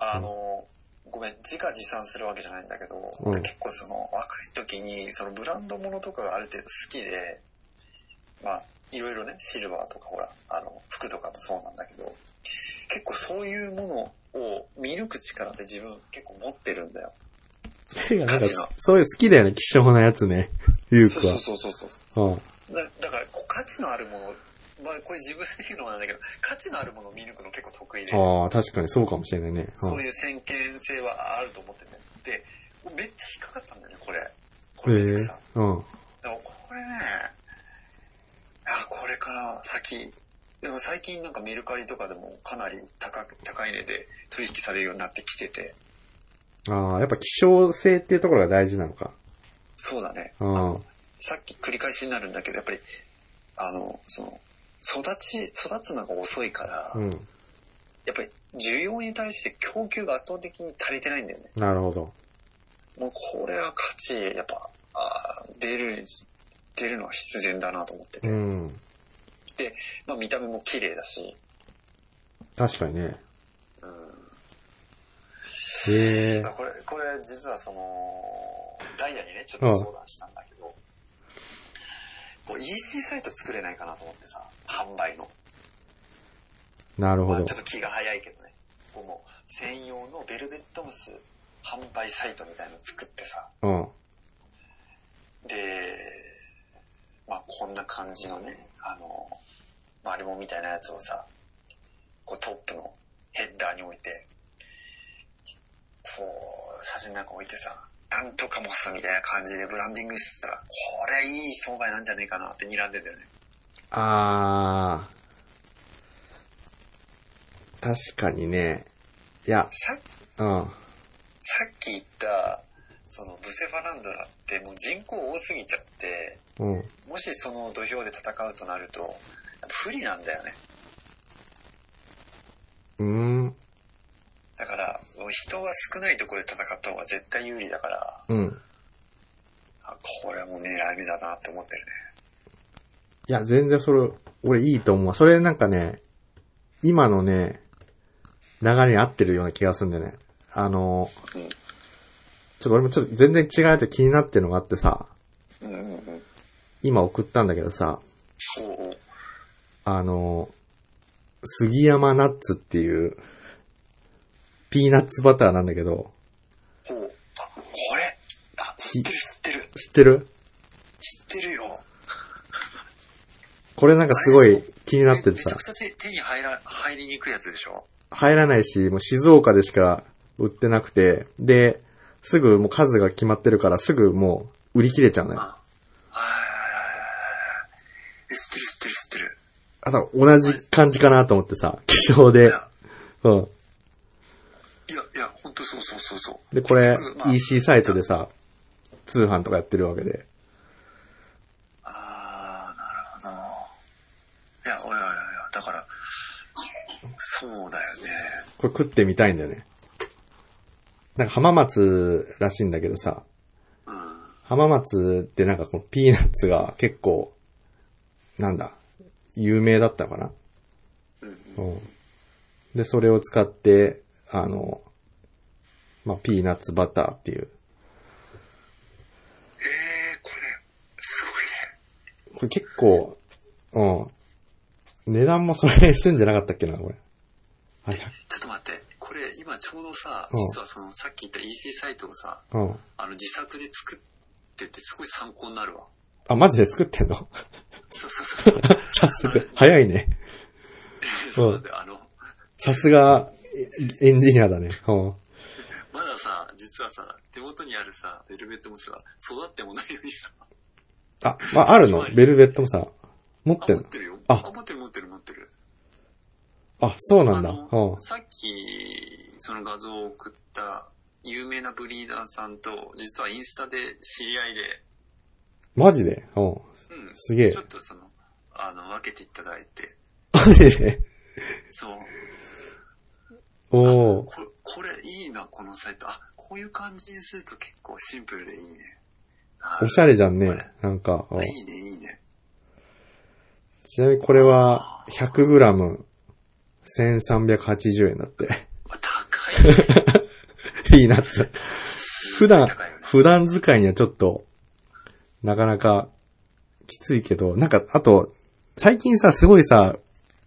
Speaker 3: あの、ごめん、自画自賛するわけじゃないんだけど、
Speaker 2: うん
Speaker 3: 俺結構その若い時に、そのブランドものとかがある程度好きで、まあ、いろいろね、シルバーとかほら、あの、服とかもそうなんだけど、結構そういうものを見抜く力って自分結構持ってるんだよ。
Speaker 2: てか、なんか
Speaker 3: 価値の、
Speaker 2: そういう好きだよね、希少なやつね。ゆう
Speaker 3: そう
Speaker 2: くは
Speaker 3: そう。そうそうそう。
Speaker 2: うん
Speaker 3: だだからこう価値のあるもの、まあこれ自分で言うのもなんだけど、価値のあるものを見抜くの結構得意で。
Speaker 2: ああ、確かにそうかもしれないね。
Speaker 3: そういう先見性はあると思ってて。で、めっちゃ引っかかったんだよね、これ。これ、水
Speaker 2: え
Speaker 3: 木さ
Speaker 2: う
Speaker 3: ん。
Speaker 2: ん。
Speaker 3: でもこれね、あ、これかな、先。でも最近なんかメルカリとかでもかなり高く、高い値で取引されるようになってきてて。
Speaker 2: ああ、やっぱ希少性っていうところが大事なのか。
Speaker 3: そうだね。
Speaker 2: うん
Speaker 3: あのさっき繰り返しになるんだけど、やっぱり、あの、その、育ち、育つのが遅いから、
Speaker 2: うん。
Speaker 3: やっぱり需要に対して供給が圧倒的に足りてないんだよね。
Speaker 2: なるほど。
Speaker 3: もうこれは価値、やっぱ、あー出る、出るのは必然だなと思ってて。
Speaker 2: うん。
Speaker 3: で、まあ見た目も綺麗だし、
Speaker 2: 確かにね。
Speaker 3: うん。
Speaker 2: へえ。
Speaker 3: これ、これ実はその、ダイヤにね、ちょっと相談したんだけど、こう EC サイト作れないかなと思ってさ、販売の。
Speaker 2: なるほ
Speaker 3: まあ
Speaker 2: ど
Speaker 3: ちょ。っと気が早いけどね。こうもう専用のベルベットムス販売サイトみたいなの作ってさ、
Speaker 2: うん。
Speaker 3: で、まあこんな感じのね、あの、マリモみたいなやつをさ、こうトップのヘッダーに置いて、こう、写真なんか置いてさ、なんとかもさ、みたいな感じでブランディングしてたら、これいい商売なんじゃねえかなって睨んでたよね。
Speaker 2: ああ。確かにね。いや、
Speaker 3: さ
Speaker 2: うん。
Speaker 3: さっき言った、そのブセファランドラってもう人口多すぎちゃって、
Speaker 2: うん。
Speaker 3: もしその土俵で戦うとなると、やっぱ不利なんだよね。
Speaker 2: うん。
Speaker 3: だから、もう人が少ないところで戦った方が絶対有利だから、
Speaker 2: うん。
Speaker 3: あこれはもう狙い目だなって思ってるね。
Speaker 2: いや、全然それ、俺いいと思う。それなんかね、今のね、流れに合ってるような気がするんだよね。あの、
Speaker 3: うん
Speaker 2: ちょっと俺もちょっと全然違うやつ気になってるのがあってさ、
Speaker 3: うんうんうん。
Speaker 2: 今送ったんだけどさ、
Speaker 3: おうおう
Speaker 2: あの、杉山ナッツっていう、ピーナッツバターなんだけど、
Speaker 3: おうあ、これあ、知ってる知ってる。
Speaker 2: 知ってる
Speaker 3: 知ってるよ。
Speaker 2: これなんかすごい気になってて
Speaker 3: めちゃ
Speaker 2: さ
Speaker 3: く、ちゃ手手に入ら、入りにくいやつでしょ
Speaker 2: 入らないし、もう静岡でしか売ってなくて、で、すぐもう数が決まってるから、すぐもう売り切れちゃうのよ。
Speaker 3: あはい。え知ってる知ってる知ってる。
Speaker 2: あと、同じ感じかなと思ってさ、気象で。うん。
Speaker 3: いや、いや、本当そうそうそうそう。
Speaker 2: で、これ
Speaker 3: 結局まあ、
Speaker 2: EC サイトでさ、通販とかやってるわけで。
Speaker 3: ああ、なるほど。いや、おやおやおや、だから、そうだよね。
Speaker 2: これ食ってみたいんだよね。なんか浜松らしいんだけどさ、
Speaker 3: うん。
Speaker 2: 浜松ってなんかこのピーナッツが結構、なんだ、有名だったのかなうん。で、それを使って、あの、まあ、ピーナッツバターっていう。
Speaker 3: ええー、これ、す
Speaker 2: これ結構、うん。値段もそれすんじゃなかったっけな、これ。あ、100
Speaker 3: ごいね。ちょっと待って、これ今ちょうどさ、
Speaker 2: うん
Speaker 3: 実はそのさっき言った EC サイトをさ、
Speaker 2: うん。
Speaker 3: あの自作で作っててすごい参考になるわ。
Speaker 2: あ、マジで作ってんの
Speaker 3: そうそうそう。
Speaker 2: さすが、 早いね。
Speaker 3: そう なんだよ。あの、
Speaker 2: さすが、エエンジニアだね。うん。
Speaker 3: まださ、実はさ、手元にあるさ、ベルベットもさ、育ってもないようにさ、
Speaker 2: あ、まあ、あるのベルベットもさ、持っ
Speaker 3: あ、
Speaker 2: て
Speaker 3: 持
Speaker 2: ん
Speaker 3: っ
Speaker 2: の
Speaker 3: てるよ。
Speaker 2: あ
Speaker 3: 持ってる持ってる持ってる。
Speaker 2: あ、そうなんだ。
Speaker 3: あ
Speaker 2: うん。
Speaker 3: のさっき、その画像を送った有名なブリーダーさんと、実はインスタで知り合いで、
Speaker 2: マジでうん。
Speaker 3: うん。
Speaker 2: すげえ
Speaker 3: ちょっとその、あの、分けていただいて、
Speaker 2: マジで
Speaker 3: そう。
Speaker 2: おお
Speaker 3: こ。これいいな、このサイト。あ、こういう感じにすると結構シンプルでいいね。
Speaker 2: おしゃれじゃんね
Speaker 3: これ。
Speaker 2: なんか。うん
Speaker 3: あいいね、いいね。
Speaker 2: ちなみにこれは 100g1380 円だって。
Speaker 3: あ高いね。
Speaker 2: ピーナッツ。 普段
Speaker 3: 高いよね、
Speaker 2: 普段使いにはちょっと、なかなかきついけど、なんか、あと、最近さ、すごいさ、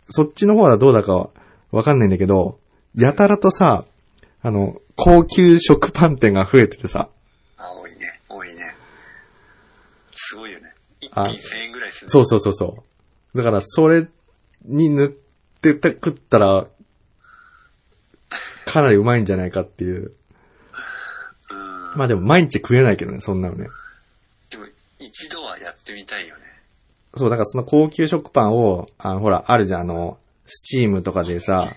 Speaker 2: そっちの方はどうだかわかんないんだけど、やたらとさ、あの、高級食パン店が増えててさ、
Speaker 3: あ、多いね、多いね。すごいよね。一
Speaker 2: あ
Speaker 3: 品1000円ぐらいする。
Speaker 2: そうそうそうそう。だから、それに塗ってた、食ったら、かなりうまいんじゃないかっていう。
Speaker 3: うん。
Speaker 2: まあでも毎日食えないけどね、そんなのね。
Speaker 3: でも、一度はやってみたいよね。
Speaker 2: そう、だからその高級食パンを、あの、ほら、あるじゃん、あの、スチームとかでさ、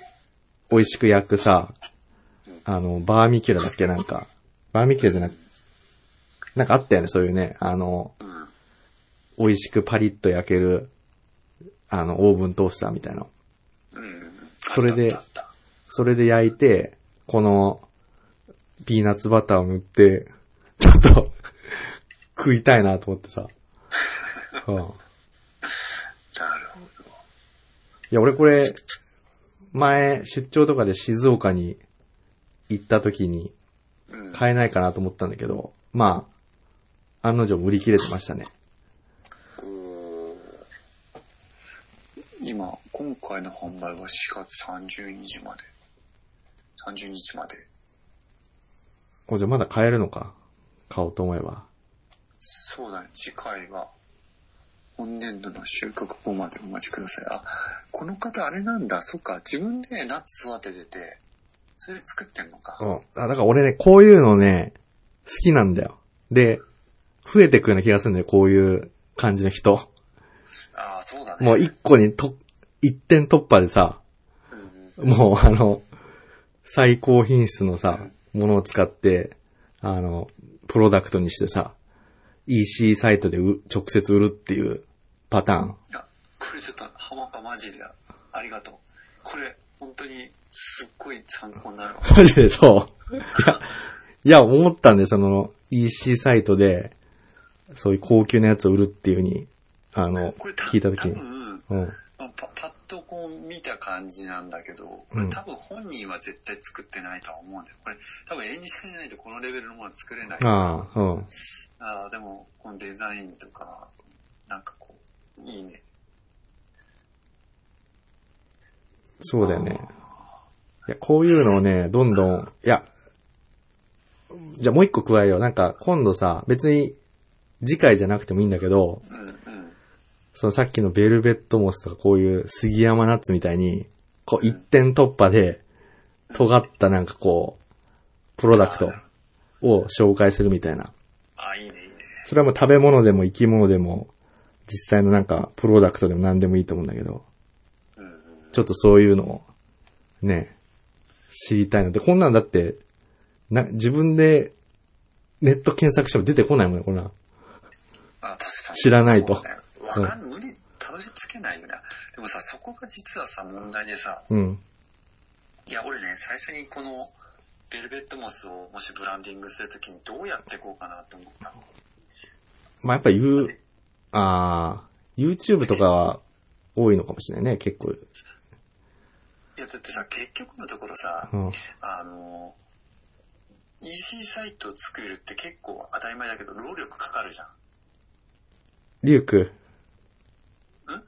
Speaker 2: 美味しく焼くさ、あの、バーミキュラだっけ、なんか。バーミキュラじゃなく、なんかあったよね、そういうね、あの、
Speaker 3: うん。
Speaker 2: 美味しくパリッと焼ける、あの、オーブントースターみたいな。
Speaker 3: うん。
Speaker 2: それで
Speaker 3: あったあったあっ
Speaker 2: それで焼いて、この、ピーナッツバターを塗って、ちょっと、食いたいなと思ってさ。うん。
Speaker 3: たなるほど。
Speaker 2: いや、俺これ、前、出張とかで静岡に行った時に
Speaker 3: うん。
Speaker 2: 買えないかなと思ったんだけど、まあ、案の定売り切れてましたね。
Speaker 3: おー今、今回の販売は4月30日まで。30日まで。
Speaker 2: お、じゃあまだ買えるのか買おうと思えば。
Speaker 3: そうだね、次回は、本年度の収穫後までお待ちください。あ、この方あれなんだ、そっか、自分でナッツ育ててて、それで作ってんのか。
Speaker 2: うん。あ、だから俺ね、こういうのね、好きなんだよ。で、増えてくような気がするんだよ、こういう感じの人。
Speaker 3: ああ、そうだね。
Speaker 2: もう一個にと、一点突破でさ、
Speaker 3: うんうん
Speaker 2: もうあの、最高品質のさ、ものを使って、あの、プロダクトにしてさ、EC サイトでう直接売るっていうパターン。
Speaker 3: いや、これちょっと、ハマパマジでありがとう。これ、本当に、すっごい参考になるわ。
Speaker 2: マジでそう。いや、いや、思ったんで、その、EC サイトで、そういう高級なやつを売るっていうふうに、あの、
Speaker 3: これた、
Speaker 2: 聞いたとき
Speaker 3: 多
Speaker 2: に。
Speaker 3: 分、
Speaker 2: うん。
Speaker 3: パパッとこう見た感じなんだけど、こ
Speaker 2: う
Speaker 3: れ
Speaker 2: ん
Speaker 3: 多分本人は絶対作ってないとは思うんだよ。これ、多分エンジニアじゃないとこのレベルのものは作れない。
Speaker 2: ああ、うん。
Speaker 3: ああ、でも、このデザインとか、なんかこう、いいね。
Speaker 2: そうだよね。いや、こういうのをね、どんどん、いや、じゃあもう一個加えよう。なんか、今度さ、別に、次回じゃなくてもいいんだけど、
Speaker 3: うんうん。
Speaker 2: そのさっきのベルベットモスとかこういう杉山ナッツみたいに、こう一点突破で、尖ったなんかこう、プロダクトを紹介するみたいな。
Speaker 3: あ、いいね、いいね。
Speaker 2: それはもう食べ物でも生き物でも、実際のなんか、プロダクトでも何でもいいと思うんだけど、ちょっとそういうのを、ね、知りたいので、こんなんだって、な、自分で、ネット検索しても出てこないもんね、こんなん。
Speaker 3: あ、確かに。
Speaker 2: 知らないと
Speaker 3: そうだよわかん、無理、たどり着けないよな。でもさ、そこが実はさ、問題でさ、
Speaker 2: うん。
Speaker 3: いや、俺ね、最初にこの、ベルベットモスをもしブランディングするときにどうやっていこうかなって思ったの。
Speaker 2: まあ、やっぱ言う、あー YouTube とかは多いのかもしれないね、結構。
Speaker 3: いや、だってさ、結局のところさ、
Speaker 2: うん。
Speaker 3: あの、EC サイトを作るって結構当たり前だけど、労力かかるじゃん。
Speaker 2: リュウク、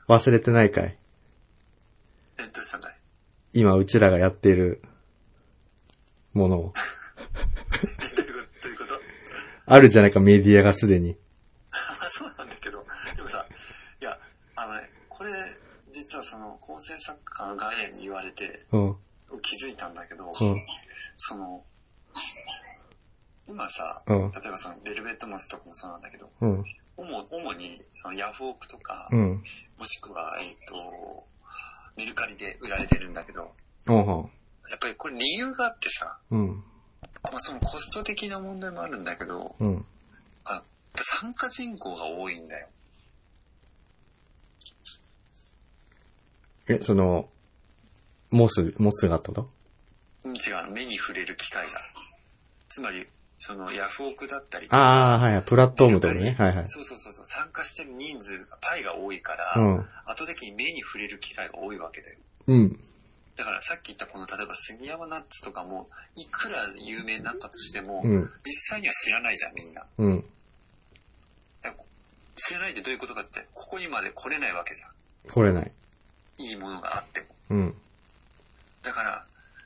Speaker 2: 忘れてないかい
Speaker 3: え、どうしたんだい
Speaker 2: 今、うちらがやっているものを。
Speaker 3: えどういうことどういうこと
Speaker 2: あるじゃないか、メディアがすでに。
Speaker 3: あそうなんだけど、でもさ、いや、あのね、これ、実はその、構成作家のガイアに言われて、
Speaker 2: うん。
Speaker 3: 気づいたんだけど、
Speaker 2: ん
Speaker 3: その、今さ、
Speaker 2: うん
Speaker 3: 例えばその、ベルベットモスとかもそうなんだけど、
Speaker 2: うん。
Speaker 3: 主主に、その、ヤフオクとか、
Speaker 2: うん。
Speaker 3: もしくは、えっ、と、メルカリで売られてるんだけど、
Speaker 2: うん。
Speaker 3: やっぱりこれ理由があってさ、
Speaker 2: うん。
Speaker 3: まあそのコスト的な問題もあるんだけど、
Speaker 2: うん。
Speaker 3: あやっぱ参加人口が多いんだよ。
Speaker 2: え、その、モス、モスがってこと
Speaker 3: うん違うあの、目に触れる機会が。つまり、その、ヤフオクだったり、
Speaker 2: ああ、はいはい、プラットフォームってこと
Speaker 3: メ
Speaker 2: ね
Speaker 3: ル。カ
Speaker 2: は
Speaker 3: リ
Speaker 2: いはい。
Speaker 3: そうそうそうそう、参加してる人数が、パイが多いから、
Speaker 2: うん
Speaker 3: 後的に目に触れる機会が多いわけだよ。
Speaker 2: うん。
Speaker 3: だからさっき言ったこの、例えば杉山ナッツとかも、いくら有名になったとしても、
Speaker 2: うん
Speaker 3: 実際には知らないじゃん、みんな。
Speaker 2: うん。
Speaker 3: だから知らないってどういうことかって、ここにまで来れないわけじゃん。
Speaker 2: 来れない。
Speaker 3: いいものがあっても。
Speaker 2: うん。
Speaker 3: だから、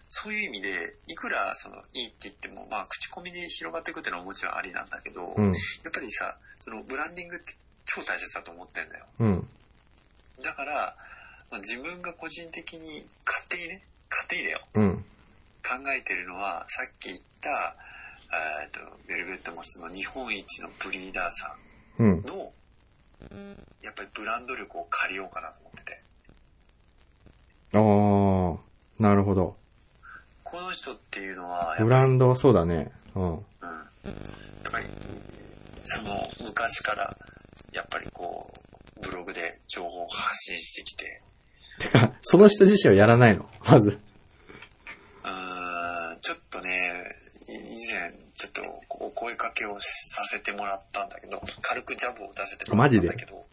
Speaker 3: そういう意味で、いくらそのいいって言っても、まあ、口コミで広がっていくっていうのはもちろんありなんだけど、
Speaker 2: うん
Speaker 3: や。っぱりさ、そのブランディングって超大切だと思ってんだよ。
Speaker 2: うん。
Speaker 3: だから、まあ、自分が個人的に勝手にね、勝手にだよ。
Speaker 2: うん。
Speaker 3: 考えてるのは、さっき言った、えっと、ベルベットモスの日本一のブリーダーさ
Speaker 2: うん
Speaker 3: ん。の、やっぱりブランド力を借りようかなと思ってて。
Speaker 2: ああ、なるほど。
Speaker 3: この人っていうのは、や
Speaker 2: ブ
Speaker 3: っぱ
Speaker 2: ランド、そうだね。うん。
Speaker 3: うんやっぱり、その昔から、やっぱりこう、ブログで情報を発信してきて、
Speaker 2: てか、その人自身はやらないの。まず。
Speaker 3: うーん、ちょっとね、い以前、ちょっとお声かけをさせてもらったんだけど、軽くジャブを出せてもらったんだけど、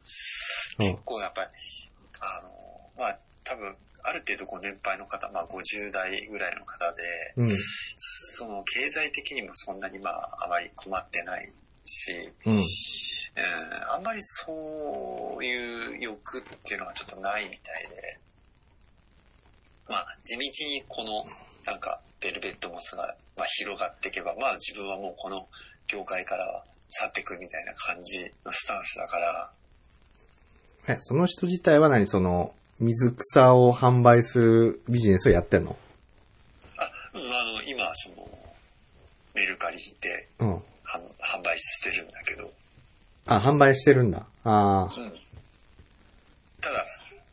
Speaker 2: で
Speaker 3: 結構やっぱり、あの、まあ、多分、ある程度ご年配の方、まあ50代ぐらいの方で、
Speaker 2: うん。
Speaker 3: その経済的にもそんなにまあ、あまり困ってないし、
Speaker 2: うん。
Speaker 3: えーあんまりそういう欲っていうのはちょっとないみたいで、まあ、地道にこの、なんか、ベルベットモスが、まあ、広がっていけば、まあ、自分はもうこの業界からは去っていくみたいな感じのスタンスだから、
Speaker 2: え、その人自体は何その、水草を販売するビジネスをやってんの
Speaker 3: あ、うん、あの、今、その、メルカリで
Speaker 2: うん。
Speaker 3: 販販売してるんだけど、
Speaker 2: あ、販売してるんだ。ああ。
Speaker 3: うんただ、や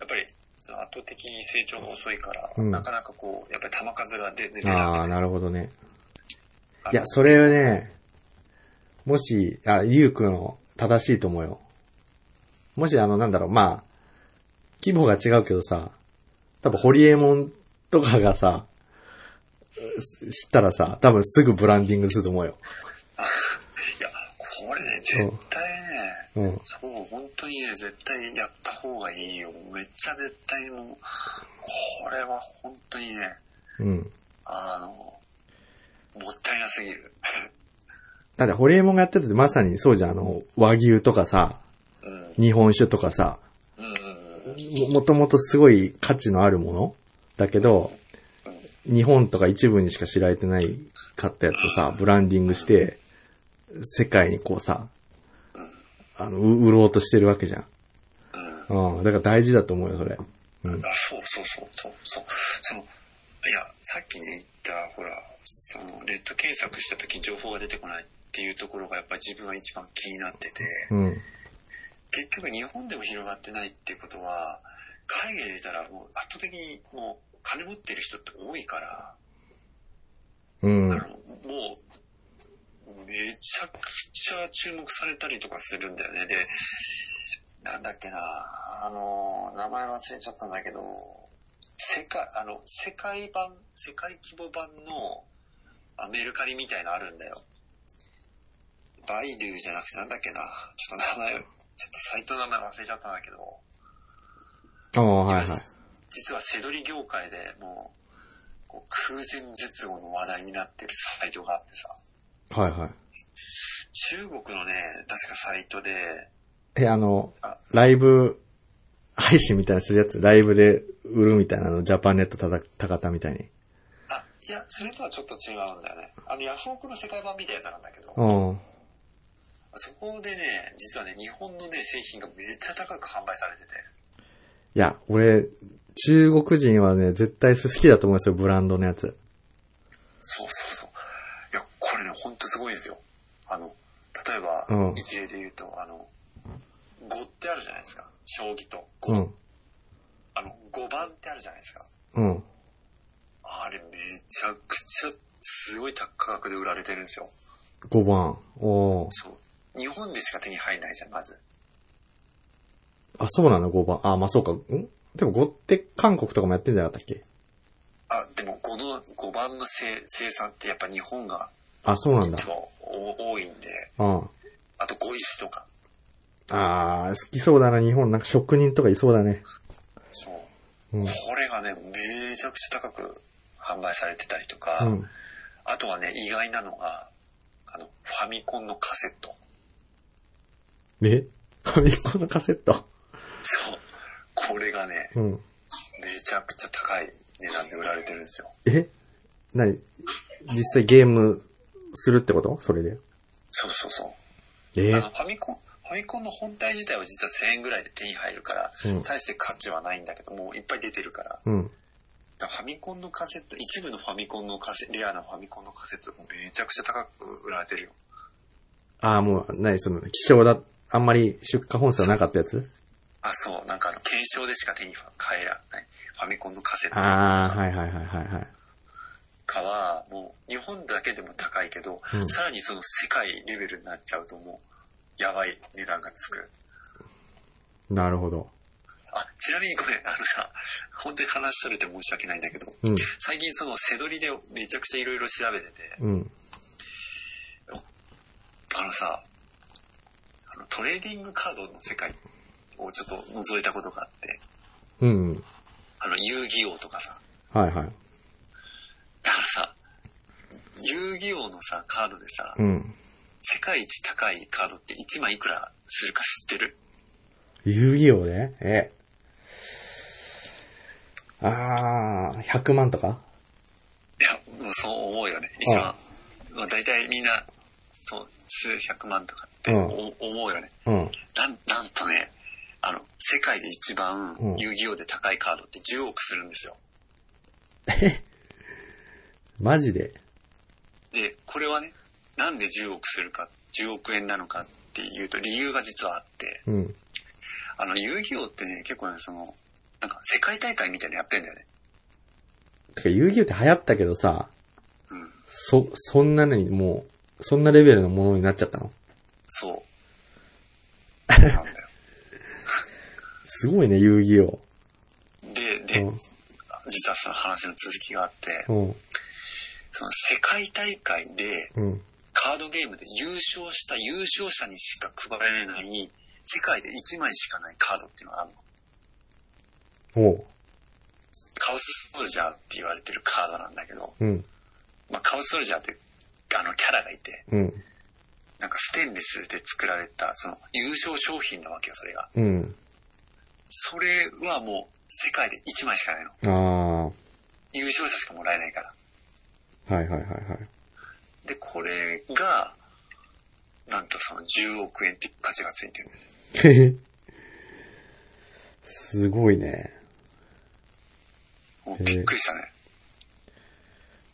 Speaker 3: っぱり、その圧倒的に成長が遅いから、
Speaker 2: うん
Speaker 3: なかなかこう、やっぱり球数が出出てな
Speaker 2: あ
Speaker 3: く
Speaker 2: あ、
Speaker 3: て。
Speaker 2: なるほどね。
Speaker 3: あ
Speaker 2: いや、それね、もし、あ、ゆうくんの正しいと思うよ。もし、あの、なんだろう、まあ、規模が違うけどさ、多分、ホリエモンとかがさ、す知ったらさ、多分すぐブランディングすると思うよ。
Speaker 3: いや、これね、絶対ね、
Speaker 2: うん。
Speaker 3: そう、本当にね、絶対やった方がいいよ。めっちゃ絶対もう、これは本当にね、
Speaker 2: うん。
Speaker 3: あの、もったいなすぎる。
Speaker 2: だって、ホリエモンがやってたってまさにそうじゃん、あの、和牛とかさ、
Speaker 3: うん、
Speaker 2: 日本酒とかさ、
Speaker 3: うん、うん、
Speaker 2: ももともとすごい価値のあるものだけど、日本とか一部にしか知られてないかったやつをさ、ブランディングして、世界にこうさ、あの、う売ろうとしてるわけじゃん。
Speaker 3: うん。
Speaker 2: うん。だから大事だと思うよ、それ。
Speaker 3: あそうそうそうそうそうそのいやさっきね言ったほらそそのネット検索した時に情報が出てこないっていうところがやっぱり自分は一番気になってて、
Speaker 2: うん。
Speaker 3: 結局日本でも広がってないっていうことは、海外でいたらもう圧倒的にもう金持ってる人って多いから、
Speaker 2: うん。
Speaker 3: あ
Speaker 2: う
Speaker 3: の、もう、めちゃくちゃ注目されたりとかするんだよね。で、なんだっけな、あの、名前忘れちゃったんだけど、世界、あの、世界版、世界規模版のあメルカリみたいのあるんだよ。バイドゥじゃなくてなんだっけな、ちょっと名前、ちょっとサイトの名前忘れちゃったんだけど、
Speaker 2: ああ、はいはい。
Speaker 3: 実はセドリ業界でもう、こう空前絶後の話題になってるサイトがあってさ、
Speaker 2: はいは
Speaker 3: 中国のね、確かサイトで、
Speaker 2: い。え、あの
Speaker 3: あ、
Speaker 2: ライブ、配信みたいなするやつ、ライブで売るみたいなの、ジャパネットたた、高田みたいに。
Speaker 3: あ、いや、それとはちょっと違うんだよね。あの、ヤフオクの世界版みたいなやつなんだけど、
Speaker 2: うん。
Speaker 3: そこでね、実はね、日本のね、製品がめっちゃ高く販売されてて、
Speaker 2: いや、俺、中国人はね、絶対好きだと思うんですよ、ブランドのやつ。
Speaker 3: そうそうそう。いや、これね、ほんとすごいですよ。あの、例えば、
Speaker 2: うん
Speaker 3: 一例で言うと、あの、5ってあるじゃないですか。将棋と5。
Speaker 2: うん。
Speaker 3: あの、5番ってあるじゃないですか。
Speaker 2: うん。
Speaker 3: あれめちゃくちゃすごい高価格で売られてるんですよ。
Speaker 2: 5番。おー
Speaker 3: そう。日本でしか手に入んないじゃん、まず。
Speaker 2: あ、そうなんだ、5番。あ、まあ、そうか。んでも5って韓国とかもやってんじゃなかったっけ
Speaker 3: あ、でも5の、5番の生生産ってやっぱ日本が
Speaker 2: あ、そうなんだ
Speaker 3: 一。番お多いんで、
Speaker 2: うん。
Speaker 3: あと5石とか。
Speaker 2: あー、好きそうだな、日本。なんか職人とかいそうだね。
Speaker 3: そう。
Speaker 2: うん。
Speaker 3: これがね、めちゃくちゃ高く販売されてたりとか、
Speaker 2: うん。
Speaker 3: あとはね、意外なのが、あの、ファミコンのカセット。
Speaker 2: えファミコンのカセット。
Speaker 3: そう。これがね、
Speaker 2: うん。
Speaker 3: めちゃくちゃ高い値段で売られてるんですよ。
Speaker 2: えなに実際ゲームするってことそれで。
Speaker 3: そうそうそう。
Speaker 2: え
Speaker 3: あのファミコン、ファミコンの本体自体は実は1000円ぐらいで手に入るから、
Speaker 2: うん
Speaker 3: 大して価値はないんだけど、もういっぱい出てるから。
Speaker 2: うん。
Speaker 3: だからファミコンのカセット、一部のファミコンのカセレアなファミコンのカセットもめちゃくちゃ高く売られてるよ。
Speaker 2: あー、もう、なにその、希少だ、あんまり出荷本数はなかったやつ
Speaker 3: あ、そう、なんかあの、検証でしか手に入らない。ファミコンのカセット
Speaker 2: あー、はいはいはいはいはい。
Speaker 3: かは、もう、日本だけでも高いけど、
Speaker 2: うん
Speaker 3: さらにその世界レベルになっちゃうともう、やばい値段がつく。
Speaker 2: なるほど。
Speaker 3: あ、ちなみにごめん、あのさ、本当に話しとれて申し訳ないんだけど、
Speaker 2: うん。
Speaker 3: 最近その背取りでめちゃくちゃいろいろ調べてて、
Speaker 2: うん。
Speaker 3: あのさ、あのトレーディングカードの世界をちょっと覗いたことがあって、
Speaker 2: うん。
Speaker 3: あの遊戯王とかさ、
Speaker 2: はいはい。
Speaker 3: だからさ、遊戯王のさ、カードでさ、
Speaker 2: うん。
Speaker 3: 世界一高いカードって1枚いくらするか知ってる
Speaker 2: 遊戯王ねえ。あー、100万とか
Speaker 3: いや、もうそう思うよね。一番、まあ、大体みんな、そう、数百万とかって
Speaker 2: うん
Speaker 3: お思うよね。
Speaker 2: うん。
Speaker 3: なん、なんとね、あの、世界で一番
Speaker 2: うん
Speaker 3: 遊戯王で高いカードって10億するんですよ。
Speaker 2: マジで。
Speaker 3: で、これはね、なんで10億するか、10億円なのかっていうと理由が実はあって、
Speaker 2: うん。
Speaker 3: あの、遊戯王ってね、結構ね、その、なんか世界大会みたいなのやってんだよね。
Speaker 2: てか遊戯王って流行ったけどさ、
Speaker 3: うん。
Speaker 2: そ、そんなのにもう、そんなレベルのものになっちゃったの
Speaker 3: そう。そうなんだよ。
Speaker 2: すごいね、遊戯王。
Speaker 3: で、で、
Speaker 2: うん
Speaker 3: 実はその話の続きがあって、
Speaker 2: うん。
Speaker 3: その世界大会で
Speaker 2: うん。
Speaker 3: カードゲームで優勝した優勝者にしか配られない世界で1枚しかないカードっていうのがあるの。
Speaker 2: おう。
Speaker 3: カオスソルジャーって言われてるカードなんだけど、
Speaker 2: うん。
Speaker 3: まあ、カオスソルジャーってあのキャラがいて、
Speaker 2: うん。
Speaker 3: なんかステンレスで作られたその優勝商品なわけよ、それが。
Speaker 2: うん。
Speaker 3: それはもう世界で1枚しかないの。
Speaker 2: あー。は
Speaker 3: 優勝者しかもらえないから。
Speaker 2: いはいはいはい。
Speaker 3: で、これが、なんとその10億円って価値がついてる。
Speaker 2: へへすごいね。
Speaker 3: もうびっくりしたね。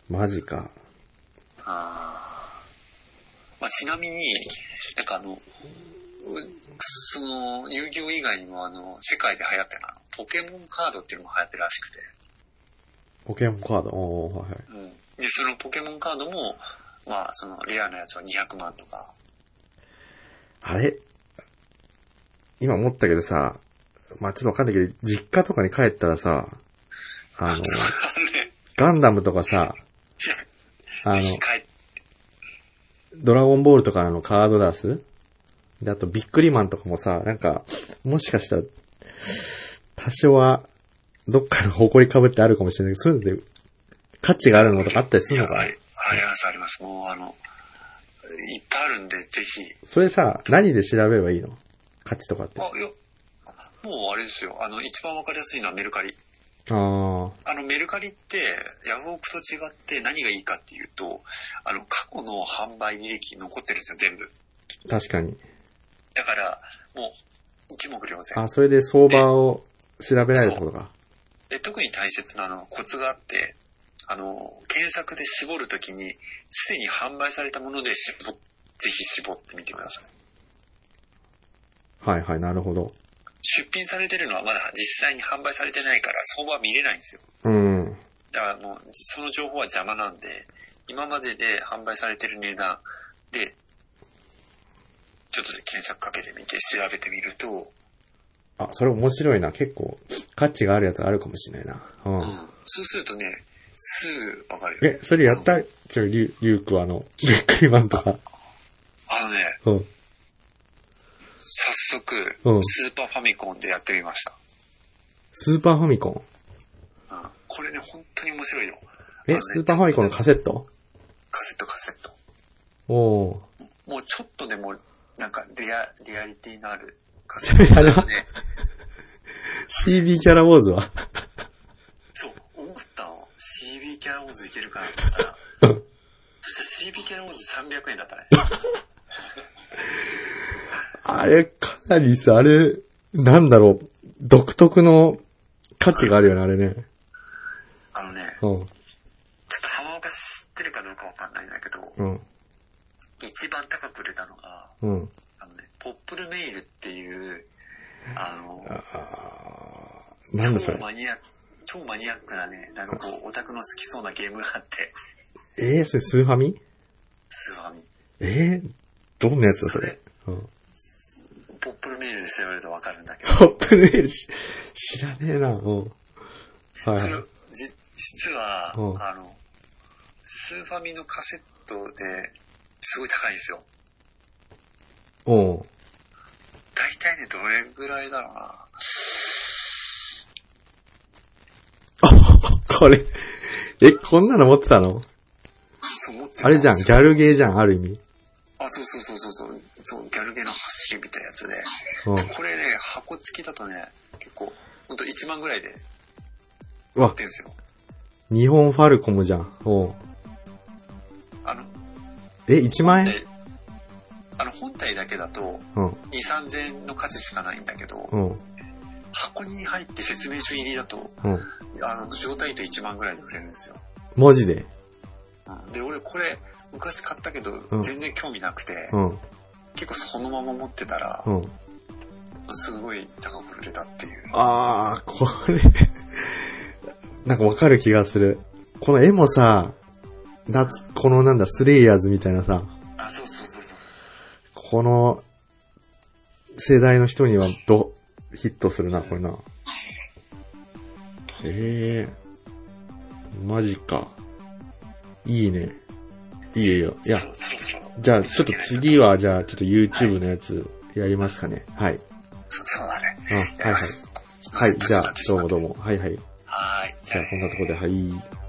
Speaker 2: マジか。
Speaker 3: あーまあ、ちなみに、なんかあの、うその、遊戯王以外にもあの、世界で流行ってるあのポケモンカードっていうのも流行ってるらしくて。
Speaker 2: ポケモンカード。おー、はいはい。
Speaker 3: うん。で、そのポケモンカードも、まあ、その、レアなやつは200万とか。
Speaker 2: あれ今思ったけどさ、まあ、ちょっとわかんないけど、実家とかに帰ったらさ、あの、
Speaker 3: ね、
Speaker 2: ガンダムとかさ、あ
Speaker 3: ぜひ
Speaker 2: の、
Speaker 3: 買え、
Speaker 2: ドラゴンボールとかのカードダースで、あとビックリマンとかもさ、なんか、もしかしたら、多少は、どっかの誇り被ってあるかもしれないけど、そういうので、価値があるのとかあったりす
Speaker 3: い
Speaker 2: る
Speaker 3: や、
Speaker 2: のか
Speaker 3: あ
Speaker 2: な
Speaker 3: りあります、あります。もうあの、いっぱいあるんで、ぜひ。
Speaker 2: それさ、何で調べればいいの価値とかって。あ
Speaker 3: あ、いや、もうあれですよ。あの、一番わかりやすいのはメルカリ。
Speaker 2: あ。
Speaker 3: あの、メルカリって、ヤフオクと違って何がいいかっていうと、あの、過去の販売履歴残ってるんですよ、全部。
Speaker 2: 確かに。
Speaker 3: だから、もう、一目瞭然
Speaker 2: あ、。それで相場を調べられるってことか。
Speaker 3: で、特に大切なあの、コツがあって、あの、検索で絞るときに、すでに販売されたもので絞っ、ぜひ絞ってみてください。
Speaker 2: はいはい、なるほど。
Speaker 3: 出品されてるのはまだ実際に販売されてないから、相場は見れないんですよ。
Speaker 2: うん。
Speaker 3: だからもう、その情報は邪魔なんで、今までで販売されてる値段で、ちょっと検索かけてみて調べてみると、
Speaker 2: あ、それ面白いな。結構、価値があるやつあるかもしれないな。う。
Speaker 3: うんん。そうするとね、すぐわかるよ。
Speaker 2: え、それやったちょ、リュリュウクあの、ビックリマンとか。
Speaker 3: あのね、
Speaker 2: うん。
Speaker 3: 早速、
Speaker 2: うん
Speaker 3: スーパーファミコンでやってみました。
Speaker 2: スーパーファミコン。
Speaker 3: うん。これね、本当に面白いよ。あの
Speaker 2: え、
Speaker 3: ね
Speaker 2: スーパーファミコンのカセット
Speaker 3: カセットカセット。
Speaker 2: おー。
Speaker 3: もうちょっとでも、なんか、リア、リアリティのあるカ
Speaker 2: それあれは
Speaker 3: ね、
Speaker 2: CB キャラウォーズは
Speaker 3: そう、思ったの。CB キャラウォーズいけるかなと思ったら、そしたら CB キャラウォーズ300円だったね。
Speaker 2: あれ、かなりさ、あれ、なんだろう、独特の価値があるよね、あれね。
Speaker 3: あのね、
Speaker 2: うん。
Speaker 3: ちょっと浜岡知ってるかどうかわかんないんだけど、
Speaker 2: うん。
Speaker 3: 一番高く売れたのが、
Speaker 2: うん。
Speaker 3: あのね、ポップルメイルっていう、あの、
Speaker 2: なんだそれ
Speaker 3: 超。マニア超マニアックなね、なんかこう、オタクの好きそうなゲームがあって、
Speaker 2: えー、それスーファミ
Speaker 3: スーファミ。
Speaker 2: えー、どんなやつだ、それ。うん。
Speaker 3: ポップルメールで調べるとわかるんだけど、
Speaker 2: ポップメールし、知らねえな、うん。はい
Speaker 3: それ。、じ、実は、
Speaker 2: うん
Speaker 3: あの、スーファミのカセットで、すごい高いんですよ。
Speaker 2: おう
Speaker 3: 大体ね、どれぐらいだろうな。
Speaker 2: これ、え、こんなの持ってたの
Speaker 3: そう思ってた
Speaker 2: あれじゃん、ギ
Speaker 3: ですよ
Speaker 2: ャルゲーじゃん、ある意味。
Speaker 3: あ、そうそうそうそうそう。そう、ギャルゲーの走りみたいなやつで。
Speaker 2: うん
Speaker 3: でこれね、箱付きだとね、結構、ほんと1万ぐらいで売っ
Speaker 2: うわ
Speaker 3: て、んですよ。
Speaker 2: 日本ファルコムじゃん。おう
Speaker 3: あの、
Speaker 2: え、1万円
Speaker 3: であの、本体だけだと、
Speaker 2: うん、
Speaker 3: 2、3000円の価値しかないんだけど、
Speaker 2: うん、
Speaker 3: 箱に入って説明書入りだと、
Speaker 2: うん。
Speaker 3: あの、状態と1万ぐらいで売れるんですよ。
Speaker 2: 文字で。
Speaker 3: で、俺これ、昔買ったけど
Speaker 2: うん、
Speaker 3: 全然興味なくて、
Speaker 2: うん、
Speaker 3: 結構そのまま持ってたら
Speaker 2: う、ん。
Speaker 3: すごい高く売れたっていう。
Speaker 2: あー、これ、 なんかわかる気がする。この絵もさ、夏、このなんだ、スレイヤーズみたいなさ、
Speaker 3: あ、そうそうそうそう。
Speaker 2: この世代の人にはドヒットするな、これな。へえマジか。いいね。いいよいいよ。いや、
Speaker 3: そろそろ。
Speaker 2: じゃあちょっと次は、じゃあちょっと YouTube のやつやりますかね。はい。
Speaker 3: そそうだね。
Speaker 2: あはいはい。はい、じゃあ、どうもどうも。はいはい。
Speaker 3: はーい。じ
Speaker 2: じ
Speaker 3: ゃ
Speaker 2: ゃあ
Speaker 3: あね
Speaker 2: こんなところで、はい。